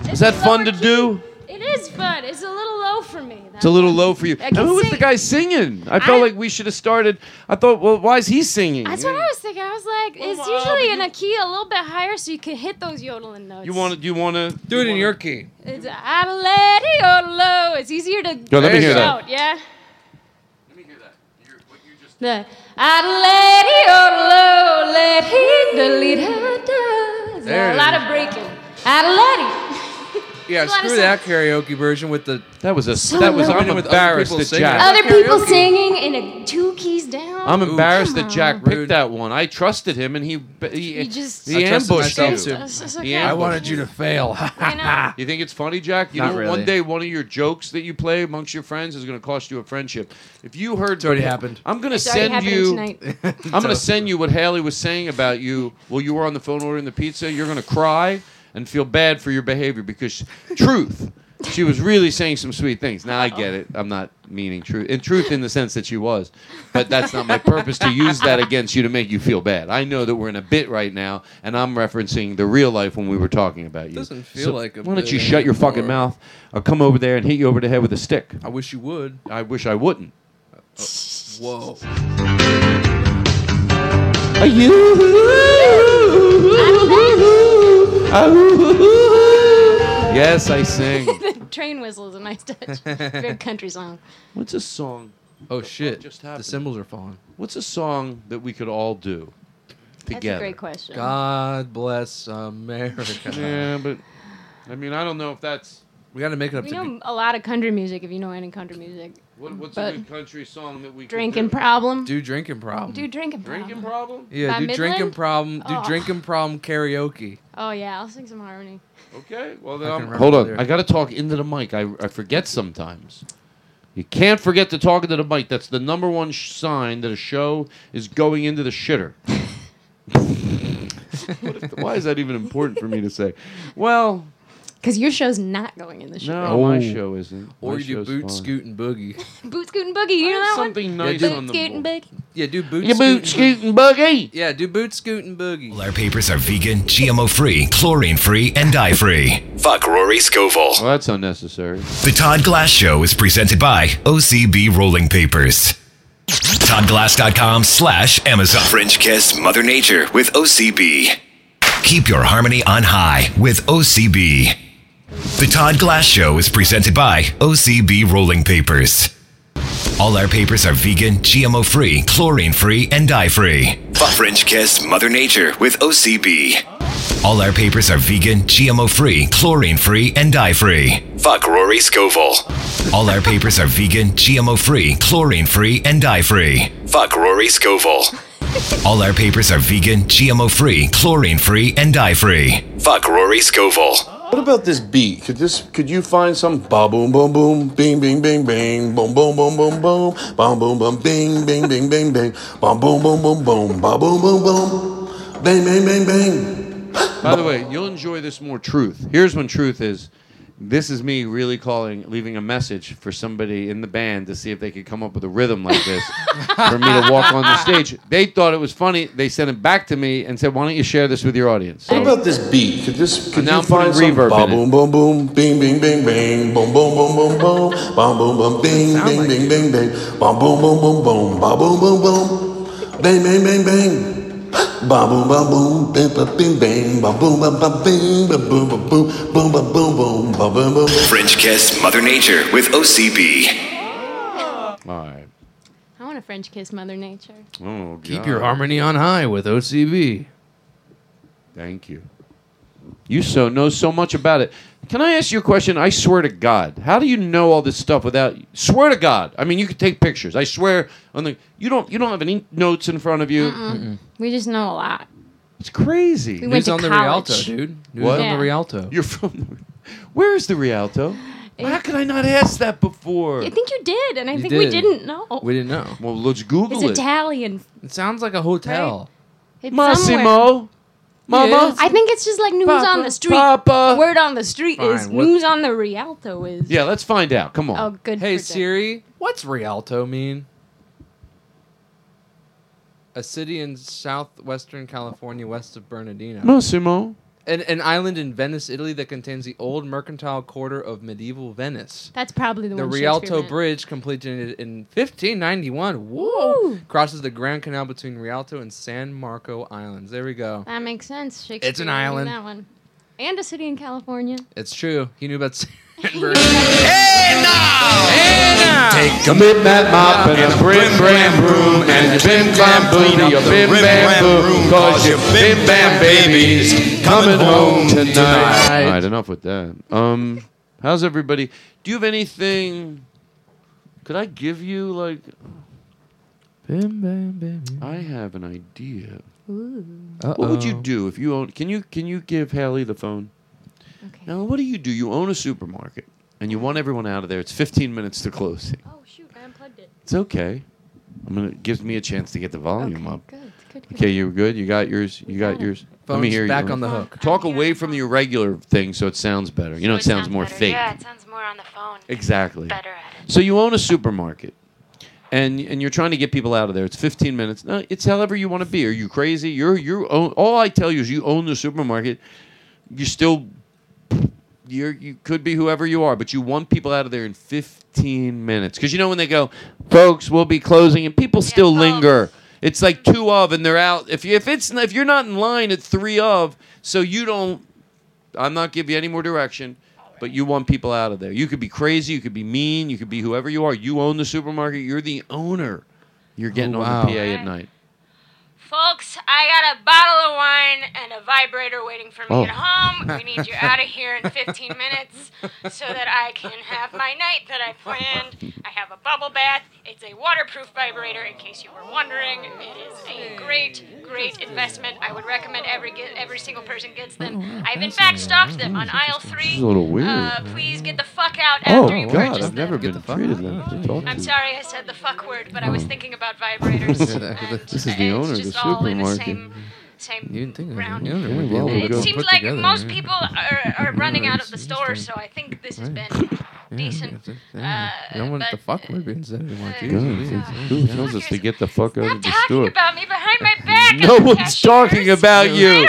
[SPEAKER 6] Was that fun to do?
[SPEAKER 8] It is fun. It's a little low for me.
[SPEAKER 6] It's a little low for you.
[SPEAKER 8] I
[SPEAKER 6] Now,
[SPEAKER 8] can
[SPEAKER 6] who was
[SPEAKER 8] sing.
[SPEAKER 6] the guy singing? I felt like we should have started. I thought, well, why is he singing?
[SPEAKER 8] That's what I was thinking. I was like, it's usually
[SPEAKER 6] um,
[SPEAKER 8] in a key a little bit higher so you can hit those yodeling notes.
[SPEAKER 6] You want to? You want to do it in your key?
[SPEAKER 8] It's I'm a lady yodel low. It's easier to
[SPEAKER 6] Yo, let me hear that.
[SPEAKER 8] shout, yeah? The I'm a lady yodel low, let he delete her does.
[SPEAKER 7] There
[SPEAKER 8] There's
[SPEAKER 7] it
[SPEAKER 8] a lot of breaking. I'm a
[SPEAKER 6] (laughs)
[SPEAKER 8] lady.
[SPEAKER 7] Yeah,
[SPEAKER 8] It's a lot of
[SPEAKER 7] screw that karaoke version with the.
[SPEAKER 6] That was a.
[SPEAKER 8] So that was- low. I'm
[SPEAKER 7] with
[SPEAKER 6] embarrassed
[SPEAKER 7] other people
[SPEAKER 6] that
[SPEAKER 7] singing.
[SPEAKER 6] Jack-
[SPEAKER 8] Other people singing in a two keys down.
[SPEAKER 6] I'm embarrassed that Jack picked that one. I trusted him, and he he,
[SPEAKER 8] You just-
[SPEAKER 6] he
[SPEAKER 8] I trusted
[SPEAKER 6] ambushed
[SPEAKER 8] myself,
[SPEAKER 6] you.
[SPEAKER 8] too. It's- it's
[SPEAKER 6] He
[SPEAKER 8] okay. I wanted
[SPEAKER 6] ambushed you to fail. you think it's funny, Jack? You
[SPEAKER 7] Not
[SPEAKER 6] know,
[SPEAKER 7] really.
[SPEAKER 6] One day, one of your jokes that you play amongst your friends is going to cost you a friendship. If you heard, it's
[SPEAKER 7] already happened.
[SPEAKER 6] I'm going to
[SPEAKER 8] It's already
[SPEAKER 6] send
[SPEAKER 8] happening
[SPEAKER 6] you.
[SPEAKER 7] (laughs)
[SPEAKER 8] tonight.
[SPEAKER 6] (laughs) I'm going to send you what Haley was saying about you while you were on the phone ordering the pizza. You're going to cry and feel bad for your behavior because truth. She was really saying some sweet things. Now I get it. I'm not meaning truth. In truth, in the sense that she was, but that's not my purpose to use that against you to make you feel bad. I know that we're in a bit right now, and I'm referencing the real life when we were talking about you.
[SPEAKER 7] Doesn't feel like a
[SPEAKER 6] Why don't you
[SPEAKER 7] bit
[SPEAKER 6] shut your fucking
[SPEAKER 7] anymore.
[SPEAKER 6] mouth? I'll come over there and hit you over the head with a stick.
[SPEAKER 7] I wish you would.
[SPEAKER 6] I wish I wouldn't.
[SPEAKER 7] Whoa.
[SPEAKER 6] Are you?
[SPEAKER 8] I'm a lady.
[SPEAKER 6] yes,
[SPEAKER 8] (laughs)
[SPEAKER 6] I sing.
[SPEAKER 8] the train whistle is a nice touch.
[SPEAKER 6] (laughs)
[SPEAKER 8] Very country song.
[SPEAKER 6] What's a song?
[SPEAKER 7] Oh shit!
[SPEAKER 6] Just
[SPEAKER 7] the symbols are falling.
[SPEAKER 6] What's a song that we could all do
[SPEAKER 8] That's
[SPEAKER 6] together?
[SPEAKER 8] a great question.
[SPEAKER 7] God bless America.
[SPEAKER 6] Yeah, but I mean, I don't know if that's.
[SPEAKER 7] We got to make it up
[SPEAKER 8] We
[SPEAKER 7] to.
[SPEAKER 8] know a lot of country music if you know any country music.
[SPEAKER 6] What, what's
[SPEAKER 8] But-
[SPEAKER 6] a good country song that we could
[SPEAKER 8] Drinking
[SPEAKER 6] do?
[SPEAKER 8] problem.
[SPEAKER 7] Do drinking problem.
[SPEAKER 8] Do drinking problem.
[SPEAKER 6] Drinking problem?
[SPEAKER 7] yeah,
[SPEAKER 8] By
[SPEAKER 7] do drinking
[SPEAKER 8] Midland?
[SPEAKER 7] problem. Do
[SPEAKER 8] Oh.
[SPEAKER 7] drinking problem karaoke.
[SPEAKER 8] Oh yeah, I'll sing some harmony.
[SPEAKER 6] Okay. Well,
[SPEAKER 7] I
[SPEAKER 6] then
[SPEAKER 7] can
[SPEAKER 6] I'm,
[SPEAKER 7] remember
[SPEAKER 6] hold on.
[SPEAKER 7] the
[SPEAKER 6] I got to talk into the mic. I, I forget sometimes. You can't forget to talk into the mic. That's the number one sh- sign that a show is going into the
[SPEAKER 8] (laughs)
[SPEAKER 6] shitter. What if- why is that even important for me to
[SPEAKER 8] (laughs)
[SPEAKER 6] say? Well,
[SPEAKER 8] Because your show's not going in the show.
[SPEAKER 6] no, my show isn't.
[SPEAKER 7] Or
[SPEAKER 6] My
[SPEAKER 7] you do
[SPEAKER 6] show's
[SPEAKER 7] boot,
[SPEAKER 6] fine.
[SPEAKER 7] scoot, and boogie.
[SPEAKER 8] Boot scootin' boogie. You know that
[SPEAKER 6] something
[SPEAKER 8] one?
[SPEAKER 6] nice
[SPEAKER 8] Boot
[SPEAKER 6] on the
[SPEAKER 8] scootin' boogie.
[SPEAKER 7] Yeah, do boot.
[SPEAKER 6] You boot, scoot, and boogie.
[SPEAKER 7] Yeah, do boot, scoot, and boogie.
[SPEAKER 2] All our papers are vegan, GMO free, chlorine free, and dye free. Fuck Rory Scovel.
[SPEAKER 6] Well, that's unnecessary.
[SPEAKER 2] The Todd Glass Show is presented by OCB Rolling Papers. ToddGlass.com slash Amazon. French Kiss Mother Nature with OCB. Keep your harmony on high with OCB. The Todd Glass Show is presented by OCB Rolling Papers. All our papers are vegan, GMO free, chlorine free, and dye free. French Kiss Mother Nature with OCB. All our papers are vegan, GMO free, chlorine free, and dye free. Fuck Rory Scovel. All our papers are vegan, GMO free, chlorine free, and dye free. Fuck Rory Scovel. All our papers are vegan, GMO free, chlorine free, and dye free. Fuck Rory Scovel.
[SPEAKER 4] What about this beat? Could this? Could you find some? Ba boom boom boom, bing bing bing bing, boom boom boom boom boom, boom boom boom, bing bing bing bing bing, boom boom boom boom boom, ba boom boom boom, bang bang bang bang.
[SPEAKER 6] By the way, you'll enjoy this more truth. Here's when truth is. This is me really calling, leaving a message for somebody in the band to see if they could come up with a rhythm like this for me to walk on the stage. They thought it was funny. They sent it back to me and said, "Why don't you share this with your audience?"
[SPEAKER 4] What about this beat? Could this? Could
[SPEAKER 6] Now
[SPEAKER 4] you
[SPEAKER 6] I'm putting
[SPEAKER 4] find some?
[SPEAKER 6] reverb
[SPEAKER 4] Ba
[SPEAKER 6] in it.
[SPEAKER 4] boom boom boom, bing bing bing bing, boom boom boom boom boom, ba boom boom bing bing bing bing bing, ba boom boom boom boom, ba boom boom boom, bang bang bang bang. Ba boom ba boom, bing ba bing bang, ba boom ba ba bing, ba boom ba boom, boom ba boom boom, ba boom boom.
[SPEAKER 2] French Kiss Mother Nature with OCB.
[SPEAKER 6] All right.
[SPEAKER 8] I want a French kiss, Mother Nature.
[SPEAKER 6] Oh,
[SPEAKER 7] Keep
[SPEAKER 6] God.
[SPEAKER 7] your harmony on high with OCB.
[SPEAKER 6] Thank you. You so know so much about it. Can I ask you a question? I swear to God, how do you know all this stuff without? Swear to God, I mean, you could take pictures. I swear on the. You don't. You don't have any notes in front of you.
[SPEAKER 8] We just know a lot.
[SPEAKER 6] It's crazy.
[SPEAKER 8] We went to
[SPEAKER 7] on the
[SPEAKER 8] college.
[SPEAKER 7] Rialto, dude. News
[SPEAKER 6] What?
[SPEAKER 7] on
[SPEAKER 8] Yeah.
[SPEAKER 7] the Rialto.
[SPEAKER 6] You're from. Where is the Rialto? How could I not ask that before?
[SPEAKER 8] I think you did, and I
[SPEAKER 7] You
[SPEAKER 8] think we
[SPEAKER 7] did.
[SPEAKER 8] didn't know.
[SPEAKER 7] We didn't know.
[SPEAKER 6] Well, let's
[SPEAKER 8] it's
[SPEAKER 6] Google it.
[SPEAKER 8] Italian.
[SPEAKER 7] It sounds like a hotel.
[SPEAKER 8] It's somewhere.
[SPEAKER 6] Massimo, Mama.
[SPEAKER 8] I think it's just like news on
[SPEAKER 6] Papa,
[SPEAKER 8] the street.
[SPEAKER 6] Papa.
[SPEAKER 8] Word on the street is
[SPEAKER 7] Fine, what-
[SPEAKER 8] news on the Rialto is.
[SPEAKER 6] Yeah, let's find out. Come on.
[SPEAKER 8] Oh, good.
[SPEAKER 7] Hey
[SPEAKER 8] for Dick.
[SPEAKER 7] Siri, what's Rialto mean? A city in southwestern California, west of Bernardino.
[SPEAKER 6] Massimo.
[SPEAKER 7] An, an island in Venice, Italy, that contains the old mercantile quarter of medieval Venice.
[SPEAKER 8] That's probably the,
[SPEAKER 7] The
[SPEAKER 8] one. Shakespeare
[SPEAKER 7] Rialto
[SPEAKER 8] meant.
[SPEAKER 7] Bridge, completed in 1591,
[SPEAKER 8] Woo!
[SPEAKER 7] crosses the Grand Canal between Rialto and San Marco Islands. There we go.
[SPEAKER 8] That makes sense. Shakespeare
[SPEAKER 7] an
[SPEAKER 8] knew
[SPEAKER 7] island.
[SPEAKER 8] That one. And a city in California.
[SPEAKER 7] It's true. He knew about (laughs) San Marco.
[SPEAKER 6] Take a midnight mop and a brim bram broom and your bim bam booty, your bim bam boom, cause your bim bam baby's coming home tonight. All right, enough with that. Um, how's everybody? Do you have anything? Could I give you like?
[SPEAKER 7] Bim bam bam.
[SPEAKER 6] I have an idea.
[SPEAKER 7] Uh-oh.
[SPEAKER 6] What would you do if you own? Can you can you give Hallie the phone?
[SPEAKER 8] Okay.
[SPEAKER 6] Now, what do you do? You own a supermarket and you want everyone out of there. It's 15 minutes to closing.
[SPEAKER 8] Oh shoot! I unplugged it.
[SPEAKER 6] It's okay. I'm gonna it gives me a chance to get the volume up.
[SPEAKER 8] Good. Good. good.
[SPEAKER 6] Okay, you were good. You got yours. You got yours. Let me
[SPEAKER 7] Phone's
[SPEAKER 6] hear you.
[SPEAKER 7] back on the hook.
[SPEAKER 6] Talk away from your regular thing so it sounds better. You know, it sounds more fake.
[SPEAKER 10] Yeah, it sounds more on the phone.
[SPEAKER 6] Exactly.
[SPEAKER 10] Better at it.
[SPEAKER 6] So you own a supermarket, and and you're trying to get people out of there. It's 15 minutes. No, it's however you want to be. Are you crazy? You're you own. All I tell you is you own the supermarket. You still. You're, you could be whoever you are, but you want people out of there in 15 minutes. Because you know when they go, folks, we'll be closing, and people still linger. It's like two of, and they're out. If you, if it's if you're not in line at three of, so you don't I'm not giving you any more direction. But you want people out of there. You could be crazy. You could be mean. You could be whoever you are. You own the supermarket. You're the owner. You're getting on
[SPEAKER 7] wow.
[SPEAKER 6] the PA at night.
[SPEAKER 12] Folks, I got a bottle of wine and a vibrator waiting for me
[SPEAKER 6] Oh.
[SPEAKER 12] at home. We need you out of here in 15 minutes so that I can have my night that I planned. I have a bubble bath. It's a waterproof vibrator, in case you were wondering. It is a great, great investment. I would recommend every get, every single person gets them. I've in fact stocked them on aisle three.
[SPEAKER 4] is a little weird.
[SPEAKER 12] Uh, please get the fuck out
[SPEAKER 4] Oh,
[SPEAKER 12] after you
[SPEAKER 4] God,
[SPEAKER 12] purchase
[SPEAKER 4] I've
[SPEAKER 12] them.
[SPEAKER 4] never been treated that. to talk
[SPEAKER 12] I'm
[SPEAKER 4] to. Oh.
[SPEAKER 12] sorry I said the fuck word, but I was thinking about vibrators.
[SPEAKER 7] (laughs)
[SPEAKER 12] and
[SPEAKER 4] This is the
[SPEAKER 12] it's
[SPEAKER 4] owner of the
[SPEAKER 12] just all in
[SPEAKER 4] supermarket.
[SPEAKER 12] Same, same
[SPEAKER 7] You didn't think of
[SPEAKER 12] round.
[SPEAKER 7] it. Yeah,
[SPEAKER 4] Yeah,
[SPEAKER 7] would be
[SPEAKER 4] well,
[SPEAKER 7] able
[SPEAKER 4] we
[SPEAKER 7] to
[SPEAKER 12] It
[SPEAKER 7] go
[SPEAKER 12] seems
[SPEAKER 7] put
[SPEAKER 12] like
[SPEAKER 7] together,
[SPEAKER 12] most
[SPEAKER 7] yeah.
[SPEAKER 12] people are, are running
[SPEAKER 7] (laughs) Yeah,
[SPEAKER 12] out of
[SPEAKER 7] it's
[SPEAKER 12] the store, so I think this has
[SPEAKER 7] (laughs)
[SPEAKER 12] been decent.
[SPEAKER 8] Uh,
[SPEAKER 7] Yeah. you don't want the fuck word being said anymore.
[SPEAKER 4] God,
[SPEAKER 7] Jesus.
[SPEAKER 4] who tells us to get the fuck out of the
[SPEAKER 12] Talking
[SPEAKER 4] store?
[SPEAKER 12] about me behind
[SPEAKER 7] (laughs)
[SPEAKER 12] my back.
[SPEAKER 6] No
[SPEAKER 12] I'm
[SPEAKER 6] one's talking about you.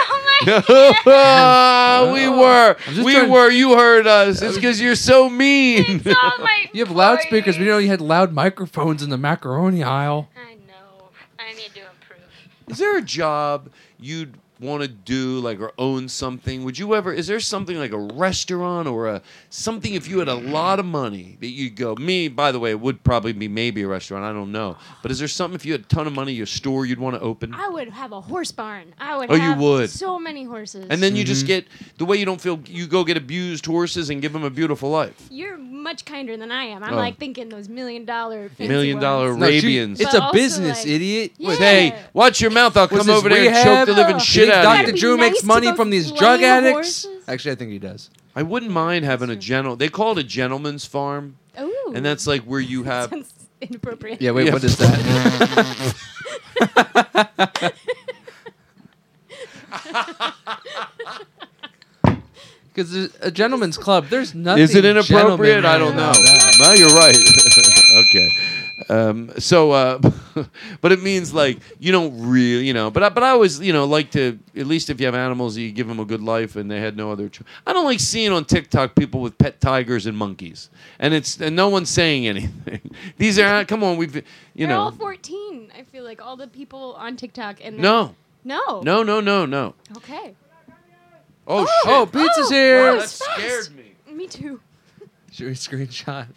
[SPEAKER 7] Ah,
[SPEAKER 6] we were. We were. You heard us. It's because you're so mean.
[SPEAKER 7] (laughs) you have loudspeakers. We know you had loud microphones in the macaroni aisle.
[SPEAKER 6] Is there a job you'd want to do, like, or own something? Would you ever? Is there something like a restaurant or a something? If you had a lot of money, that you'd go. Me, by the way, it would probably be maybe a restaurant. I don't know. But is there something if you had a ton of money, your store you'd want to open?
[SPEAKER 8] I would have a horse barn. I would
[SPEAKER 6] Oh, you
[SPEAKER 8] have
[SPEAKER 6] would.
[SPEAKER 8] so many horses.
[SPEAKER 6] And then you
[SPEAKER 7] Mm-hmm.
[SPEAKER 6] just get the way you don't feel. You go get abused horses and give them a beautiful life.
[SPEAKER 8] You're much kinder than I am. I'm
[SPEAKER 6] Oh.
[SPEAKER 8] like thinking those million dollar fancy
[SPEAKER 6] Million
[SPEAKER 8] ones.
[SPEAKER 6] dollar Arabians.
[SPEAKER 7] it's
[SPEAKER 8] But
[SPEAKER 7] a
[SPEAKER 8] also,
[SPEAKER 7] business,
[SPEAKER 8] like-
[SPEAKER 7] idiot.
[SPEAKER 8] Yeah.
[SPEAKER 6] Hey, watch your mouth. I'll
[SPEAKER 7] Was
[SPEAKER 6] come
[SPEAKER 7] this
[SPEAKER 6] over there and
[SPEAKER 7] rehab?
[SPEAKER 6] choke the living
[SPEAKER 7] You
[SPEAKER 6] shit
[SPEAKER 7] think
[SPEAKER 6] out
[SPEAKER 7] Dr.
[SPEAKER 6] of you.
[SPEAKER 7] Drew makes money from these drug
[SPEAKER 8] lame
[SPEAKER 7] addicts.
[SPEAKER 8] horses?
[SPEAKER 7] Actually, I think he does.
[SPEAKER 6] I wouldn't mind having a gentle. They call it a gentleman's farm,
[SPEAKER 8] Ooh.
[SPEAKER 6] and that's like where you have.
[SPEAKER 8] Sounds inappropriate.
[SPEAKER 7] Yeah, wait, what is (laughs) that? Because a gentleman's club, there's nothing.
[SPEAKER 6] Is it inappropriate? I don't know.
[SPEAKER 7] gentlemanly about
[SPEAKER 6] No, you're right. (laughs) okay. Um, so, uh, (laughs) but it means like you don't really, you know. But I, but I always, you know, like to at least if you have animals, you give them a good life, and they had no other. Cho- I don't like seeing on TikTok people with pet tigers and monkeys, and it's and no one's saying anything. (laughs) These are come on, we've you
[SPEAKER 8] They're all
[SPEAKER 6] know
[SPEAKER 8] 14. I feel like all the people on TikTok and
[SPEAKER 6] no
[SPEAKER 8] no,
[SPEAKER 6] no no no no.
[SPEAKER 8] Okay.
[SPEAKER 6] Oh, shit!
[SPEAKER 7] Oh, pizza's here.
[SPEAKER 6] Wow, that scared me.
[SPEAKER 8] Me too.
[SPEAKER 7] that. (laughs) Should we screenshot?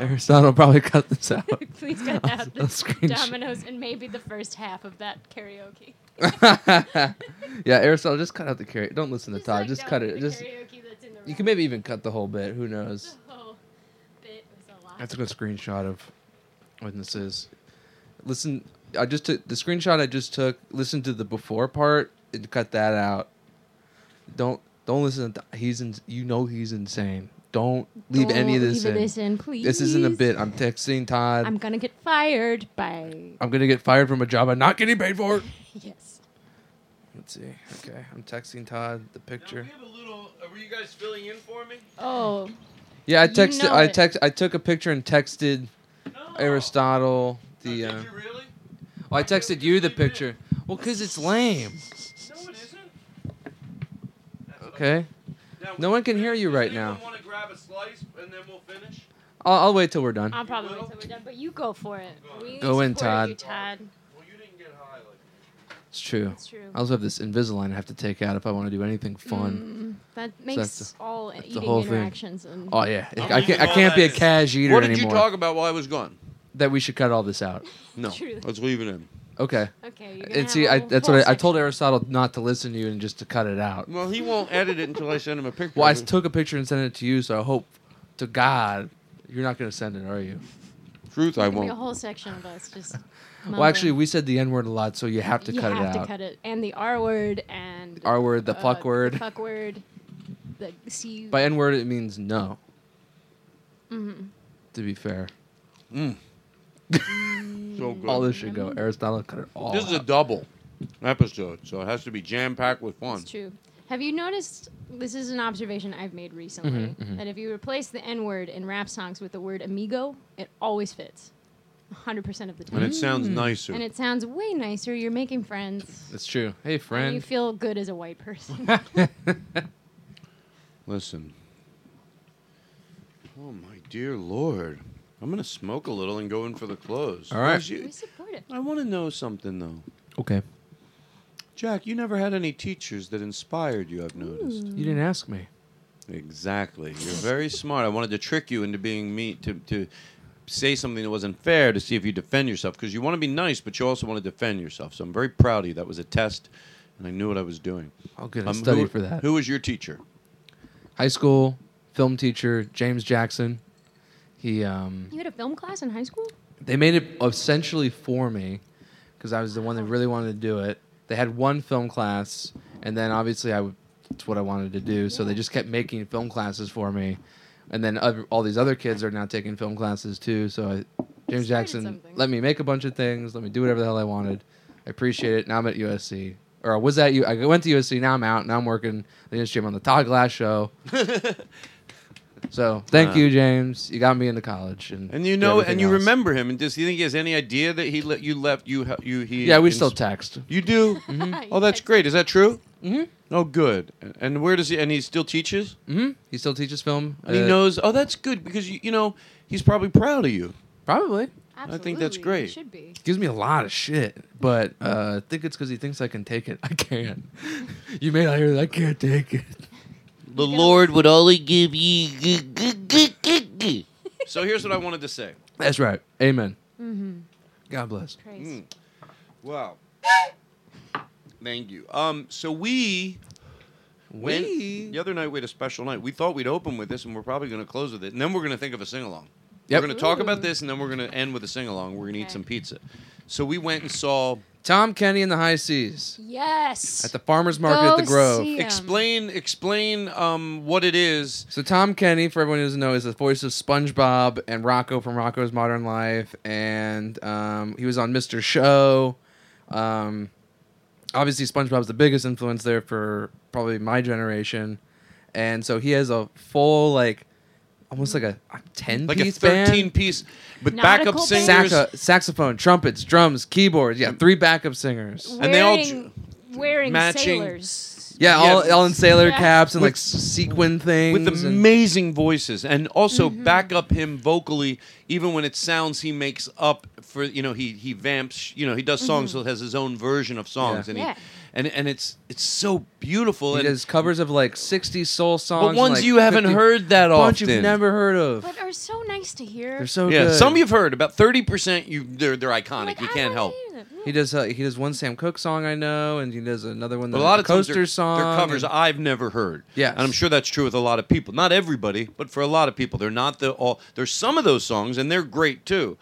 [SPEAKER 7] Aristotle probably cut this out.
[SPEAKER 8] (laughs) Please cut out
[SPEAKER 7] I'll
[SPEAKER 8] the
[SPEAKER 7] screenshot.
[SPEAKER 8] dominoes and maybe the first half of that karaoke.
[SPEAKER 7] yeah, Aristotle, just cut out the karaoke. Don't listen to Todd. just cut it. Just you
[SPEAKER 8] (laughs)
[SPEAKER 7] can maybe even cut the whole bit. Who knows? That's a good screenshot of when this is. Listen, I just took the screenshot I just took. Listen to the before part and cut that out. Don't don't listen. To, he's in, you know he's insane. Don't leave any of
[SPEAKER 8] Don't
[SPEAKER 7] this
[SPEAKER 8] leave
[SPEAKER 7] in.
[SPEAKER 8] this in,
[SPEAKER 7] This isn't a
[SPEAKER 8] please.
[SPEAKER 7] bit. I'm texting Todd.
[SPEAKER 8] I'm
[SPEAKER 7] I'm,
[SPEAKER 8] gonna get fired by
[SPEAKER 7] gonna get fired from a job I'm not getting paid for.
[SPEAKER 8] yes.
[SPEAKER 7] Let's see. Okay, I'm texting Todd the picture.
[SPEAKER 6] Were you guys filling in for me?
[SPEAKER 8] Oh.
[SPEAKER 7] Yeah, I
[SPEAKER 8] You
[SPEAKER 7] texted.
[SPEAKER 8] know
[SPEAKER 7] I
[SPEAKER 8] it.
[SPEAKER 7] text. I took a picture and texted Aristotle the. uh, Well, I texted you the picture. Well, cause it's lame.
[SPEAKER 6] No, it isn't.
[SPEAKER 7] Okay. No one can hear you right now.
[SPEAKER 6] Want to grab a slice and then we'll finish?
[SPEAKER 7] I'll, I'll wait till we're done.
[SPEAKER 8] I'll probably wait till we're done, but you go for it. We
[SPEAKER 7] Go in,
[SPEAKER 8] support You,
[SPEAKER 7] Todd.
[SPEAKER 8] Todd.
[SPEAKER 7] It's true.
[SPEAKER 8] It's true.
[SPEAKER 7] I also have this Invisalign I have to take out if I want to do anything fun.
[SPEAKER 8] Mm, that
[SPEAKER 7] So
[SPEAKER 8] makes
[SPEAKER 7] that's the-
[SPEAKER 8] all
[SPEAKER 7] that's the
[SPEAKER 8] eating
[SPEAKER 7] whole thing.
[SPEAKER 8] interactions and
[SPEAKER 7] Oh yeah, I can't. I can't be a cash eater
[SPEAKER 6] What did
[SPEAKER 7] anymore.
[SPEAKER 6] you talk about while I was gone?
[SPEAKER 7] that we should cut all this out.
[SPEAKER 6] No,
[SPEAKER 8] Truly.
[SPEAKER 6] let's leave it in.
[SPEAKER 7] Okay.
[SPEAKER 8] Okay, you're gonna
[SPEAKER 7] And see,
[SPEAKER 8] have a
[SPEAKER 7] I,
[SPEAKER 8] whole-
[SPEAKER 7] that's
[SPEAKER 8] whole
[SPEAKER 7] what I, I told Aristotle not to listen to you and just to cut it out.
[SPEAKER 6] Well, he won't edit it until I send him a picture.
[SPEAKER 7] Well, I
[SPEAKER 6] of it.
[SPEAKER 7] took a picture and sent it to you, so I hope to God you're not going to send it, are you?
[SPEAKER 6] Truth, I
[SPEAKER 8] There'll be a
[SPEAKER 7] won't.
[SPEAKER 8] whole section of us just.
[SPEAKER 7] Well, actually, we said the N word a lot, so you have to
[SPEAKER 8] Um, you
[SPEAKER 7] cut
[SPEAKER 8] have
[SPEAKER 7] it
[SPEAKER 8] to
[SPEAKER 7] out.
[SPEAKER 8] cut it, and the R word, and
[SPEAKER 7] R word, the
[SPEAKER 8] uh,
[SPEAKER 7] fuck word.
[SPEAKER 8] the fuck word, the C.
[SPEAKER 7] By N word, it means no,
[SPEAKER 8] Mhm.
[SPEAKER 7] to be fair.
[SPEAKER 6] Mm. so good.
[SPEAKER 7] All this should go. Aristotle cut it all.
[SPEAKER 6] This is a
[SPEAKER 7] out.
[SPEAKER 6] double episode, so it has to be jam packed with fun.
[SPEAKER 8] It's true. Have you noticed? This is an observation I've made recently
[SPEAKER 7] Mm-hmm,
[SPEAKER 6] Mhm, mhm.
[SPEAKER 8] that if you replace the N word in rap songs with the word amigo, it always fits, hundred percent of the time.
[SPEAKER 6] And it sounds Mm. nicer.
[SPEAKER 8] And it sounds way nicer. You're making friends.
[SPEAKER 7] It's true. Hey,
[SPEAKER 8] And you
[SPEAKER 7] friend.
[SPEAKER 8] feel good as a
[SPEAKER 7] (laughs)
[SPEAKER 8] white person.
[SPEAKER 6] Listen. Oh my dear lord. I'm gonna smoke a little and go in for the close.
[SPEAKER 7] All right.
[SPEAKER 6] Where's you- I want to know something though.
[SPEAKER 7] Okay.
[SPEAKER 6] Jack, you never had any teachers that inspired you, I've noticed.
[SPEAKER 7] You didn't ask me.
[SPEAKER 6] Exactly. You're very smart. I wanted to trick you into being me to to say something that wasn't fair to see if you defend yourself because you want to be nice, but you also want to defend yourself. So I'm very proud of you. That was a test, and I knew what I was doing. Um,
[SPEAKER 7] I'll get a study
[SPEAKER 6] who,
[SPEAKER 7] for that.
[SPEAKER 6] Who was your teacher?
[SPEAKER 7] High school film teacher James Jackson. He um,
[SPEAKER 8] You had a film class in high school?
[SPEAKER 7] they made it essentially for me because I was the one that really wanted to do it. They had one film class, and then obviously I would, it's what I wanted to do. So they just kept making film classes for me, and then other, all these other kids are now taking film classes too. So I, James Jackson let me make a bunch of things, let me do whatever the hell I wanted. I appreciate it. Now I'm at USC, or I was at U. I went to USC. Now I'm out. Now I'm working the industry. I'm on the Todd Glass show. So thank
[SPEAKER 6] Wow.
[SPEAKER 7] you, James. You got me into college, and
[SPEAKER 6] Uh, And you
[SPEAKER 7] did
[SPEAKER 6] know,
[SPEAKER 7] everything
[SPEAKER 6] and you
[SPEAKER 7] else.
[SPEAKER 6] remember him. And does he think he has any idea that he let you left you ha- you he?
[SPEAKER 7] Yeah, we
[SPEAKER 6] ins-
[SPEAKER 7] still Mm-hmm. text.
[SPEAKER 6] You
[SPEAKER 7] (laughs)
[SPEAKER 6] do?
[SPEAKER 8] (laughs)
[SPEAKER 6] Oh, that's great. Is that true? Mm-hmm. Oh, good. And where does he? And he still teaches.
[SPEAKER 7] Mm-hmm. He still teaches film.
[SPEAKER 6] And he
[SPEAKER 7] uh,
[SPEAKER 6] knows. Oh, that's good because you, you know he's probably proud of you.
[SPEAKER 7] Probably.
[SPEAKER 6] I think that's great.
[SPEAKER 8] Should be.
[SPEAKER 7] Gives me a lot of shit, but uh, I think it's because he thinks I can take it. (laughs) I can. you may not hear that. I can't take it.
[SPEAKER 6] The Lord would only give you. (laughs) so here's what I wanted to say.
[SPEAKER 7] That's right. Amen.
[SPEAKER 6] Mm-hmm.
[SPEAKER 7] God bless.
[SPEAKER 6] Mm. Wow. Thank you. Um, so we went the other night. We had a special night. We thought we'd open with this, and we're probably going to close with it, and then we're going to think of a sing along.
[SPEAKER 7] Yep.
[SPEAKER 6] We're going to talk about this, and then we're going to end with a sing along. We're going to eat some pizza. So we went and saw
[SPEAKER 7] Tom Kenny and the High Seas
[SPEAKER 8] Yes.
[SPEAKER 7] at the farmers market at the Grove.
[SPEAKER 6] Um, Explain, explain um, what it is.
[SPEAKER 7] So Tom Kenny, for everyone who doesn't know, is the voice of SpongeBob and Rocco from Rocco's Modern Life, and um, he was on Mr. Show. Um, obviously, SpongeBob's the biggest influence there for probably my generation, and so he has a full like, almost like a ten
[SPEAKER 6] Like a
[SPEAKER 7] piece band.
[SPEAKER 6] 13 piece with backup Nautical band? singers.
[SPEAKER 7] Saxa- saxophone, trumpets, drums, keyboards. Yeah, three backup singers,
[SPEAKER 8] and they all wearing sailors.
[SPEAKER 7] Yeah, all, all in sailor
[SPEAKER 8] Yeah.
[SPEAKER 7] caps and
[SPEAKER 6] With-
[SPEAKER 7] like s- sequin things.
[SPEAKER 6] with
[SPEAKER 7] and-
[SPEAKER 6] amazing voices and also
[SPEAKER 8] Mm-hmm.
[SPEAKER 6] back up him vocally even when it sounds he makes up for you know he he vamps you know he does songs
[SPEAKER 8] Mm-hmm.
[SPEAKER 6] so has his own version of songs
[SPEAKER 7] Yeah.
[SPEAKER 6] and
[SPEAKER 7] Yeah.
[SPEAKER 6] he and and it's it's so beautiful
[SPEAKER 7] He
[SPEAKER 6] and
[SPEAKER 7] does covers of like 60 soul songs. and,
[SPEAKER 6] ones
[SPEAKER 7] like,
[SPEAKER 6] you haven't
[SPEAKER 7] 50
[SPEAKER 6] heard that
[SPEAKER 7] bunch
[SPEAKER 6] often.
[SPEAKER 7] you've never heard of.
[SPEAKER 8] But are so nice to hear.
[SPEAKER 7] They're so
[SPEAKER 6] yeah
[SPEAKER 7] good.
[SPEAKER 6] some you've heard about 30% you they're they're iconic you can't help
[SPEAKER 7] He does uh, he does one Sam Cooke song I know, and he does another one.
[SPEAKER 6] but
[SPEAKER 7] The
[SPEAKER 6] a lot of times
[SPEAKER 7] coaster
[SPEAKER 6] they're, they're
[SPEAKER 7] song.
[SPEAKER 6] covers
[SPEAKER 7] and-
[SPEAKER 6] I've never heard.
[SPEAKER 7] Yes.
[SPEAKER 6] and I'm sure that's true with a lot of people. Not everybody, but for a lot of people, they're not the all. There's some of those songs, and they're great too.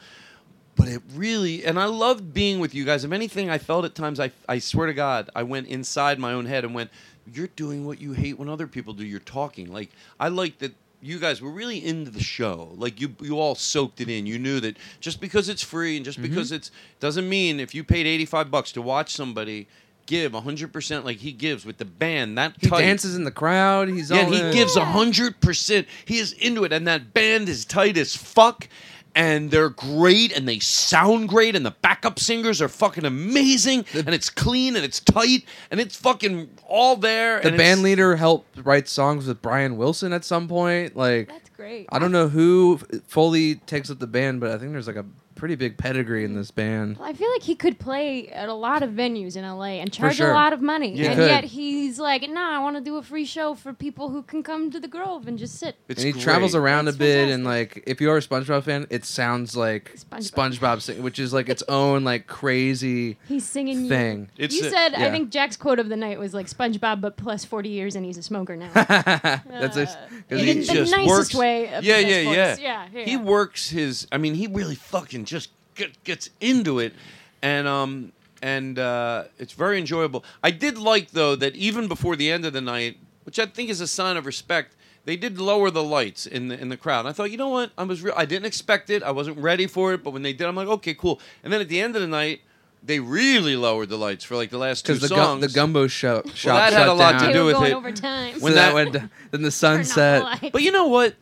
[SPEAKER 6] But it really, and I loved being with you guys. If anything, I felt at times, I, I swear to God, I went inside my own head and went, You're doing what you hate when other people do. You're talking. Like, I like that you guys were really into the show. Like, you, you all soaked it in. You knew that just because it's free and just
[SPEAKER 7] Mm-hmm.
[SPEAKER 6] because it's, doesn't mean if you paid 85 bucks to watch somebody give 100% like he gives with the band, that
[SPEAKER 7] he
[SPEAKER 6] tight
[SPEAKER 7] dances in the crowd. He's
[SPEAKER 6] yeah,
[SPEAKER 7] all
[SPEAKER 6] he
[SPEAKER 7] in.
[SPEAKER 6] gives a hundred percent. He is into it, and that band is tight as fuck, and they're great, and they sound great, and the backup singers are fucking amazing, and it's clean, and it's tight, and it's fucking all there.
[SPEAKER 7] The
[SPEAKER 6] and it's-
[SPEAKER 7] band leader helped write songs with Brian Wilson at some point. Like that's
[SPEAKER 8] great.
[SPEAKER 7] I don't know who f- fully takes up the band, but I think there's like a pretty big pedigree in this band.
[SPEAKER 8] Well, I feel like he could play at a lot of venues in LA and charge
[SPEAKER 7] sure.
[SPEAKER 8] a lot of money,
[SPEAKER 7] Yeah.
[SPEAKER 8] and
[SPEAKER 7] Could.
[SPEAKER 8] yet he's like, "Nah, I want to do a free show for people who can come to the Grove and just sit."
[SPEAKER 7] and he travels around a bit, and like if you are a SpongeBob fan, it sounds like SpongeBob,
[SPEAKER 8] SpongeBob.
[SPEAKER 7] sing- which is like its own like crazy.
[SPEAKER 8] He's singing you.
[SPEAKER 7] thing.
[SPEAKER 8] You,
[SPEAKER 7] It's a-
[SPEAKER 8] said
[SPEAKER 7] yeah.
[SPEAKER 8] I think Jack's quote of the night was like SpongeBob, but plus forty years, and he's a smoker now.
[SPEAKER 7] (laughs) That's it.
[SPEAKER 8] in the nicest way of
[SPEAKER 6] Uh, yeah, yeah,
[SPEAKER 8] the best
[SPEAKER 6] yeah,
[SPEAKER 8] voice. Yeah, yeah,
[SPEAKER 6] He
[SPEAKER 8] yeah.
[SPEAKER 6] works his. I mean, he really fucking just get, gets into it, and um, and uh, it's very enjoyable. I did like though that even before the end of the night, which I think is a sign of respect. They did lower the lights in the in the crowd. I thought, you know what? I was re- I didn't expect it. I wasn't ready for it, but when they did, I'm like, okay, cool. And then at the end of the night, they really lowered the lights for like the last two
[SPEAKER 7] Because the, gu-
[SPEAKER 6] songs.
[SPEAKER 7] the gumbo shop, shop
[SPEAKER 6] that had
[SPEAKER 7] shut
[SPEAKER 6] a lot to
[SPEAKER 7] down.
[SPEAKER 6] They do were with
[SPEAKER 8] going over time.
[SPEAKER 7] When that went, down- then the sunset.
[SPEAKER 6] But you
[SPEAKER 7] (laughs)
[SPEAKER 6] know what?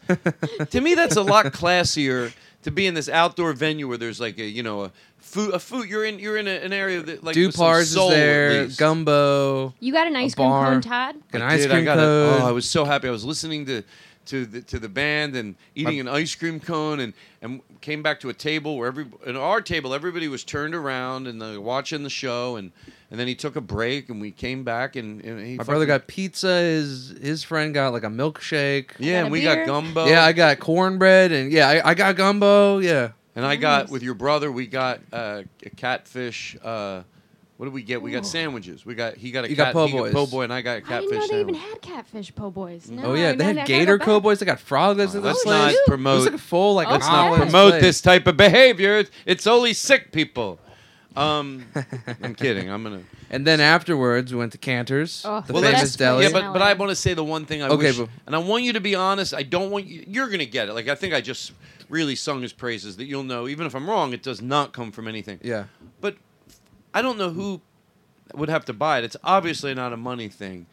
[SPEAKER 6] to me, that's a lot classier to be in this outdoor venue where there's like a you know a food a food you're in you're in a, an area that like with some
[SPEAKER 7] Dupars
[SPEAKER 6] soul,
[SPEAKER 7] is
[SPEAKER 6] at
[SPEAKER 7] there.
[SPEAKER 6] least.
[SPEAKER 7] Gumbo.
[SPEAKER 8] You got an
[SPEAKER 7] a
[SPEAKER 8] ice cream
[SPEAKER 7] bar.
[SPEAKER 8] cone, Todd?
[SPEAKER 7] An
[SPEAKER 6] I
[SPEAKER 7] ice
[SPEAKER 6] did,
[SPEAKER 7] cream
[SPEAKER 6] I got a-
[SPEAKER 7] cone.
[SPEAKER 6] oh, I was so happy. I was listening to to the to the band and eating an ice cream cone and and came back to a table where every at our table everybody was turned around and they were watching the show and and then he took a break and we came back and, and he
[SPEAKER 7] My brother
[SPEAKER 6] fucking-
[SPEAKER 7] got pizza. His his friend got like a milkshake.
[SPEAKER 6] Yeah, and And a we got beer. gumbo.
[SPEAKER 7] Yeah, I got cornbread and yeah, I, I got gumbo. Yeah,
[SPEAKER 6] and I got with your brother we got uh, a catfish. Uh, what did we get? We got sandwiches. We got he got a
[SPEAKER 7] You got
[SPEAKER 6] cat,
[SPEAKER 7] po'
[SPEAKER 6] he got
[SPEAKER 7] boys.
[SPEAKER 6] po' boy and I got a catfish
[SPEAKER 8] I didn't know they
[SPEAKER 6] sandwich.
[SPEAKER 8] even had catfish po' boys. No,
[SPEAKER 7] oh yeah, they
[SPEAKER 8] now
[SPEAKER 7] had
[SPEAKER 8] that I
[SPEAKER 7] gator
[SPEAKER 8] go back-
[SPEAKER 7] cowboys. They got frog legs at this
[SPEAKER 6] Let's
[SPEAKER 7] place.
[SPEAKER 6] not
[SPEAKER 7] It was
[SPEAKER 6] promote. Oh,
[SPEAKER 7] like a full like
[SPEAKER 6] let's
[SPEAKER 7] solid
[SPEAKER 6] not promote
[SPEAKER 7] place.
[SPEAKER 6] this type of behavior. It's- It's only sick people. Um, (laughs) I'm kidding. I'm gonna.
[SPEAKER 7] And then afterwards, we went to Cantor's,
[SPEAKER 8] Oh,
[SPEAKER 7] the
[SPEAKER 6] Well,
[SPEAKER 7] famous
[SPEAKER 6] let's-
[SPEAKER 7] deli.
[SPEAKER 6] Yeah, but, but I want to say the one thing I
[SPEAKER 7] Okay,
[SPEAKER 6] wish,
[SPEAKER 7] but-
[SPEAKER 6] and I want you to be honest. I don't want you. You're gonna get it. Like I think I just really sung his praises. That you'll know, even if I'm wrong, it does not come from anything.
[SPEAKER 7] Yeah.
[SPEAKER 6] But I don't know who would have to buy it. It's obviously not a money thing.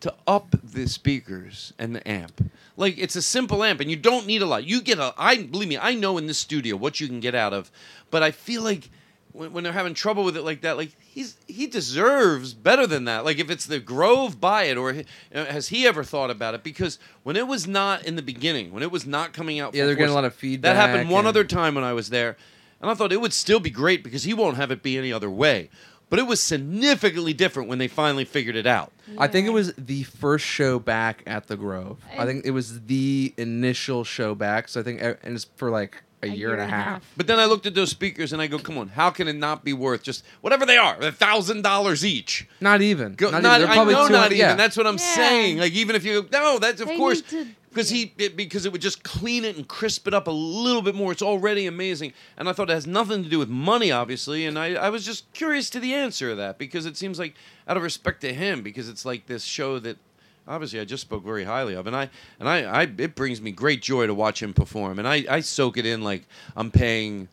[SPEAKER 6] To up the speakers and the amp, like it's a simple amp, and you don't need a lot. You get a. I believe me. I know in this studio what you can get out of, but I feel like when, when they're having trouble with it like that, like he's he deserves better than that. Like if it's the Grove, buy it, or he- uh, has he ever thought about it? Because when it was not in the beginning, when it was not coming out,
[SPEAKER 7] Yeah,
[SPEAKER 6] full
[SPEAKER 7] they're getting a
[SPEAKER 6] force,
[SPEAKER 7] lot of feedback
[SPEAKER 6] That happened one
[SPEAKER 7] and-
[SPEAKER 6] other time when I was there, and I thought it would still be great because he won't have it be any other way. But it was significantly different when they finally figured it out.
[SPEAKER 7] I think it was the first show back at the Grove. I think it was the initial show back. So I think, eh, and it's for like a, year, and a half.
[SPEAKER 6] But then I looked at those speakers and I go, "Come on, how can it not be worth just whatever they are, a thousand dollars each?"
[SPEAKER 7] Not even.
[SPEAKER 6] Go,
[SPEAKER 7] not,
[SPEAKER 6] not,
[SPEAKER 7] even. They're
[SPEAKER 6] I
[SPEAKER 7] probably
[SPEAKER 6] know
[SPEAKER 7] two-
[SPEAKER 6] not even.
[SPEAKER 7] yeah.
[SPEAKER 6] That's what I'm saying. Like even if you no, that's of
[SPEAKER 7] They
[SPEAKER 6] course
[SPEAKER 7] need
[SPEAKER 6] because he it, because it would just clean it and crisp it up a little bit more. It's already amazing, and I thought it has nothing to do with money, obviously. And I I was just curious to the answer of that because it seems like out of respect to him because it's like this show that. Obviously, I just spoke very highly of, and I and I, I it brings me great joy to watch him perform, and I, I soak it in like I'm paying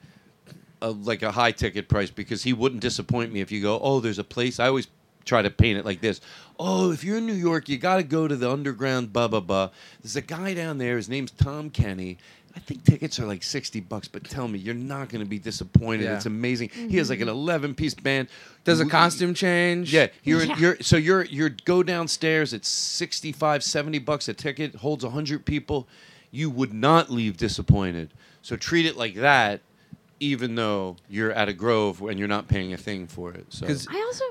[SPEAKER 6] a, like a high ticket price because he wouldn't disappoint me if you go, oh, there's a place. I always try to paint it like this. Oh, if you're in New York, you got to go to the underground, blah, blah, blah. There's a guy down there. His name's Tom Kenny. I think tickets are like 60 bucks, but tell me, you're not going to be disappointed.
[SPEAKER 7] Yeah.
[SPEAKER 6] It's amazing. He has like an 11 piece band.
[SPEAKER 7] Does a
[SPEAKER 6] You-
[SPEAKER 7] costume change?
[SPEAKER 6] yeah, you're,
[SPEAKER 7] Yeah.
[SPEAKER 6] you're so you're you're go downstairs. It's 65, 70 bucks a ticket. Holds hundred people. You would not leave disappointed. So treat it like that, even though you're at a Grove and you're not paying a thing for it. So
[SPEAKER 7] 'Cause-
[SPEAKER 8] I also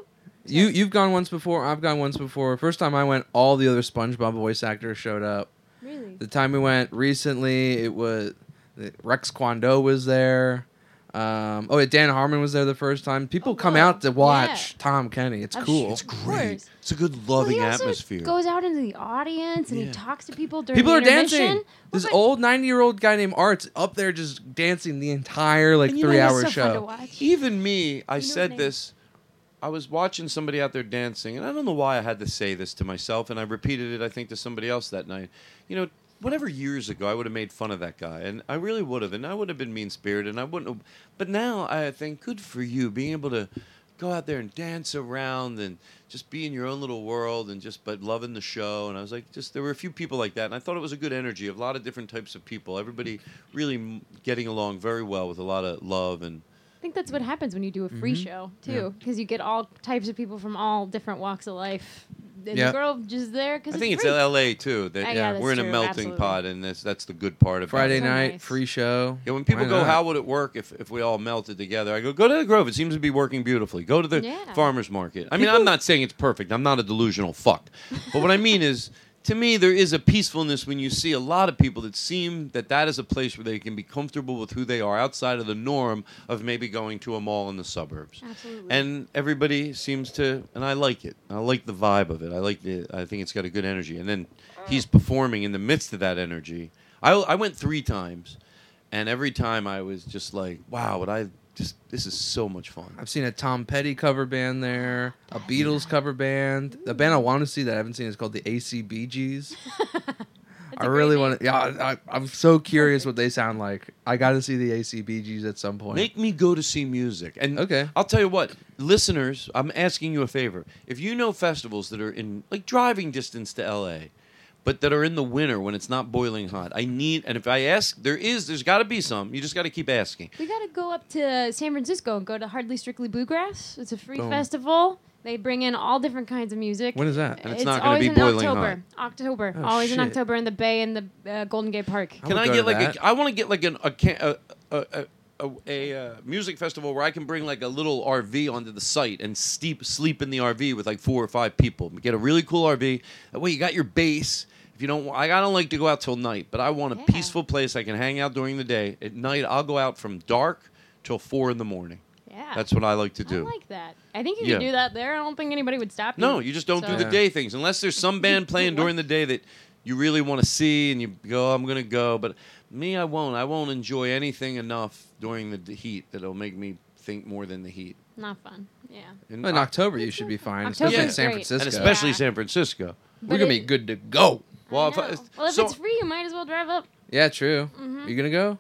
[SPEAKER 7] You you've gone once before. I've gone once before. First time I went, all the other SpongeBob voice actors showed up.
[SPEAKER 8] Really?
[SPEAKER 7] The time we went recently, it was the- Rex Kwando was there. Um, oh, yeah, Dan Harmon was there the first time. People come out to watch Tom Kenny. It's
[SPEAKER 8] Oh, Of
[SPEAKER 7] cool.
[SPEAKER 8] It's great. course.
[SPEAKER 6] It's a good
[SPEAKER 8] Well, he
[SPEAKER 6] loving
[SPEAKER 8] also
[SPEAKER 6] atmosphere.
[SPEAKER 8] goes out into the audience and he
[SPEAKER 7] Yeah.
[SPEAKER 8] talks to people during
[SPEAKER 7] People
[SPEAKER 8] the
[SPEAKER 7] are dancing.
[SPEAKER 8] intermission.
[SPEAKER 7] This old ninety-year-old guy named Art's up there just dancing the entire like
[SPEAKER 6] And you know what's
[SPEAKER 7] three-hour
[SPEAKER 6] so fun to
[SPEAKER 7] show.
[SPEAKER 8] watch?
[SPEAKER 6] Even me, I said this. I was watching somebody out there dancing, and I don't know why I had to say this to myself, and I repeated it, I think, to somebody else that night. You know, whatever years ago, I would have made fun of that guy, and I really would have, and I would have been mean spirited, and I wouldn't have. But now I think, good for you, being able to go out there and dance around and just be in your own little world and just but loving the show and i was like just there were a few people like that and i thought it was a good energy of a lot of different types of people everybody really m- getting along very well with a lot of love and
[SPEAKER 8] I think that's what happens when you do a free
[SPEAKER 6] Mhm.
[SPEAKER 8] show
[SPEAKER 6] Yeah.
[SPEAKER 8] too, because you get all types of people from all different walks of life. And
[SPEAKER 6] Yeah.
[SPEAKER 8] the girl just there because
[SPEAKER 6] I think it's
[SPEAKER 8] free.
[SPEAKER 6] L.A. too. That
[SPEAKER 8] Ah, yeah, that's
[SPEAKER 6] we're in a
[SPEAKER 8] true,
[SPEAKER 6] melting
[SPEAKER 8] absolutely.
[SPEAKER 6] pot, and that's that's the good part of
[SPEAKER 7] Friday
[SPEAKER 6] it.
[SPEAKER 7] night, free show.
[SPEAKER 6] Yeah, when people
[SPEAKER 7] Why
[SPEAKER 6] go,
[SPEAKER 7] not?
[SPEAKER 6] how would it work if, if we all melted together? I go, go to the Grove. It seems to be working beautifully. Go to the
[SPEAKER 7] Yeah.
[SPEAKER 6] farmers market. I mean, I'm not saying it's perfect. I'm not a delusional fuck. But
[SPEAKER 8] (laughs)
[SPEAKER 6] what I mean is, to me, there is a peacefulness when you see a lot of people that seem that that is a place where they can be comfortable with who they are outside of the norm of maybe going to a mall in the suburbs.
[SPEAKER 8] Absolutely.
[SPEAKER 6] And everybody seems to, and I like it. I like the vibe of it. I like the. I think it's got a good energy. And then he's performing in the midst of that energy. I I went three times, and every time I was just like, wow, what I just this is so much fun.
[SPEAKER 7] I've seen a Tom Petty cover band there, a Beatles cover band. The band I want to see that I haven't seen is called the ACBGs. I really want to. Yeah, I, I, I'm so curious what they sound like. I got to see the ACBGs at some point.
[SPEAKER 6] Make me go to see music. And okay. I'll tell you what, listeners, I'm asking you a favor. If you know festivals that are in like driving distance to LA, but that are in the winter when it's not boiling hot, I need and if I ask, there is there's got to be some. You just got to keep asking.
[SPEAKER 8] We got to go up to San Francisco and go to Hardly Strictly Bluegrass. It's a free
[SPEAKER 6] Boom.
[SPEAKER 8] festival. They bring in all different kinds of music.
[SPEAKER 6] When is that? And it's not gonna
[SPEAKER 8] always
[SPEAKER 6] be
[SPEAKER 8] in
[SPEAKER 6] boiling
[SPEAKER 8] October. October.
[SPEAKER 6] Oh,
[SPEAKER 8] always in
[SPEAKER 6] shit.
[SPEAKER 8] October in the Bay and the uh, Golden Gate Park.
[SPEAKER 6] Can I, get like a, I want to get like an a ca- a a, a, a, a uh, music festival where I can bring like a little RV onto the site and steep sleep in the RV with like four or five people. Get a really cool RV. That way you got your base. If you don't, wa- I I don't like to go out till night, but I want a peaceful place I can hang out during the day. At night, I'll go out from dark till four in the morning.
[SPEAKER 8] Yeah.
[SPEAKER 6] That's what I like to do.
[SPEAKER 8] I like that. I think you
[SPEAKER 6] Yeah.
[SPEAKER 8] could do that there. I don't think anybody would stop you.
[SPEAKER 6] No, you just don't do
[SPEAKER 8] So-
[SPEAKER 6] the day things unless there's some
[SPEAKER 8] (laughs)
[SPEAKER 6] band playing during the day that you really want to see and you go, I'm gonna go. But me, I won't. I won't enjoy anything enough during the d- heat that'll make me think more than the heat.
[SPEAKER 8] Not fun. Yeah.
[SPEAKER 6] And
[SPEAKER 7] Well, in October, you should be fine, especially in
[SPEAKER 6] October's
[SPEAKER 7] San
[SPEAKER 8] great.
[SPEAKER 7] Francisco.
[SPEAKER 6] And especially San Francisco.
[SPEAKER 7] We're
[SPEAKER 8] But
[SPEAKER 7] gonna
[SPEAKER 8] it-
[SPEAKER 7] be good to go.
[SPEAKER 6] Well, if I,
[SPEAKER 8] Well, if
[SPEAKER 6] so-
[SPEAKER 8] it's free, you might as well drive up.
[SPEAKER 7] yeah, true.
[SPEAKER 8] Mhm.
[SPEAKER 7] You gonna go?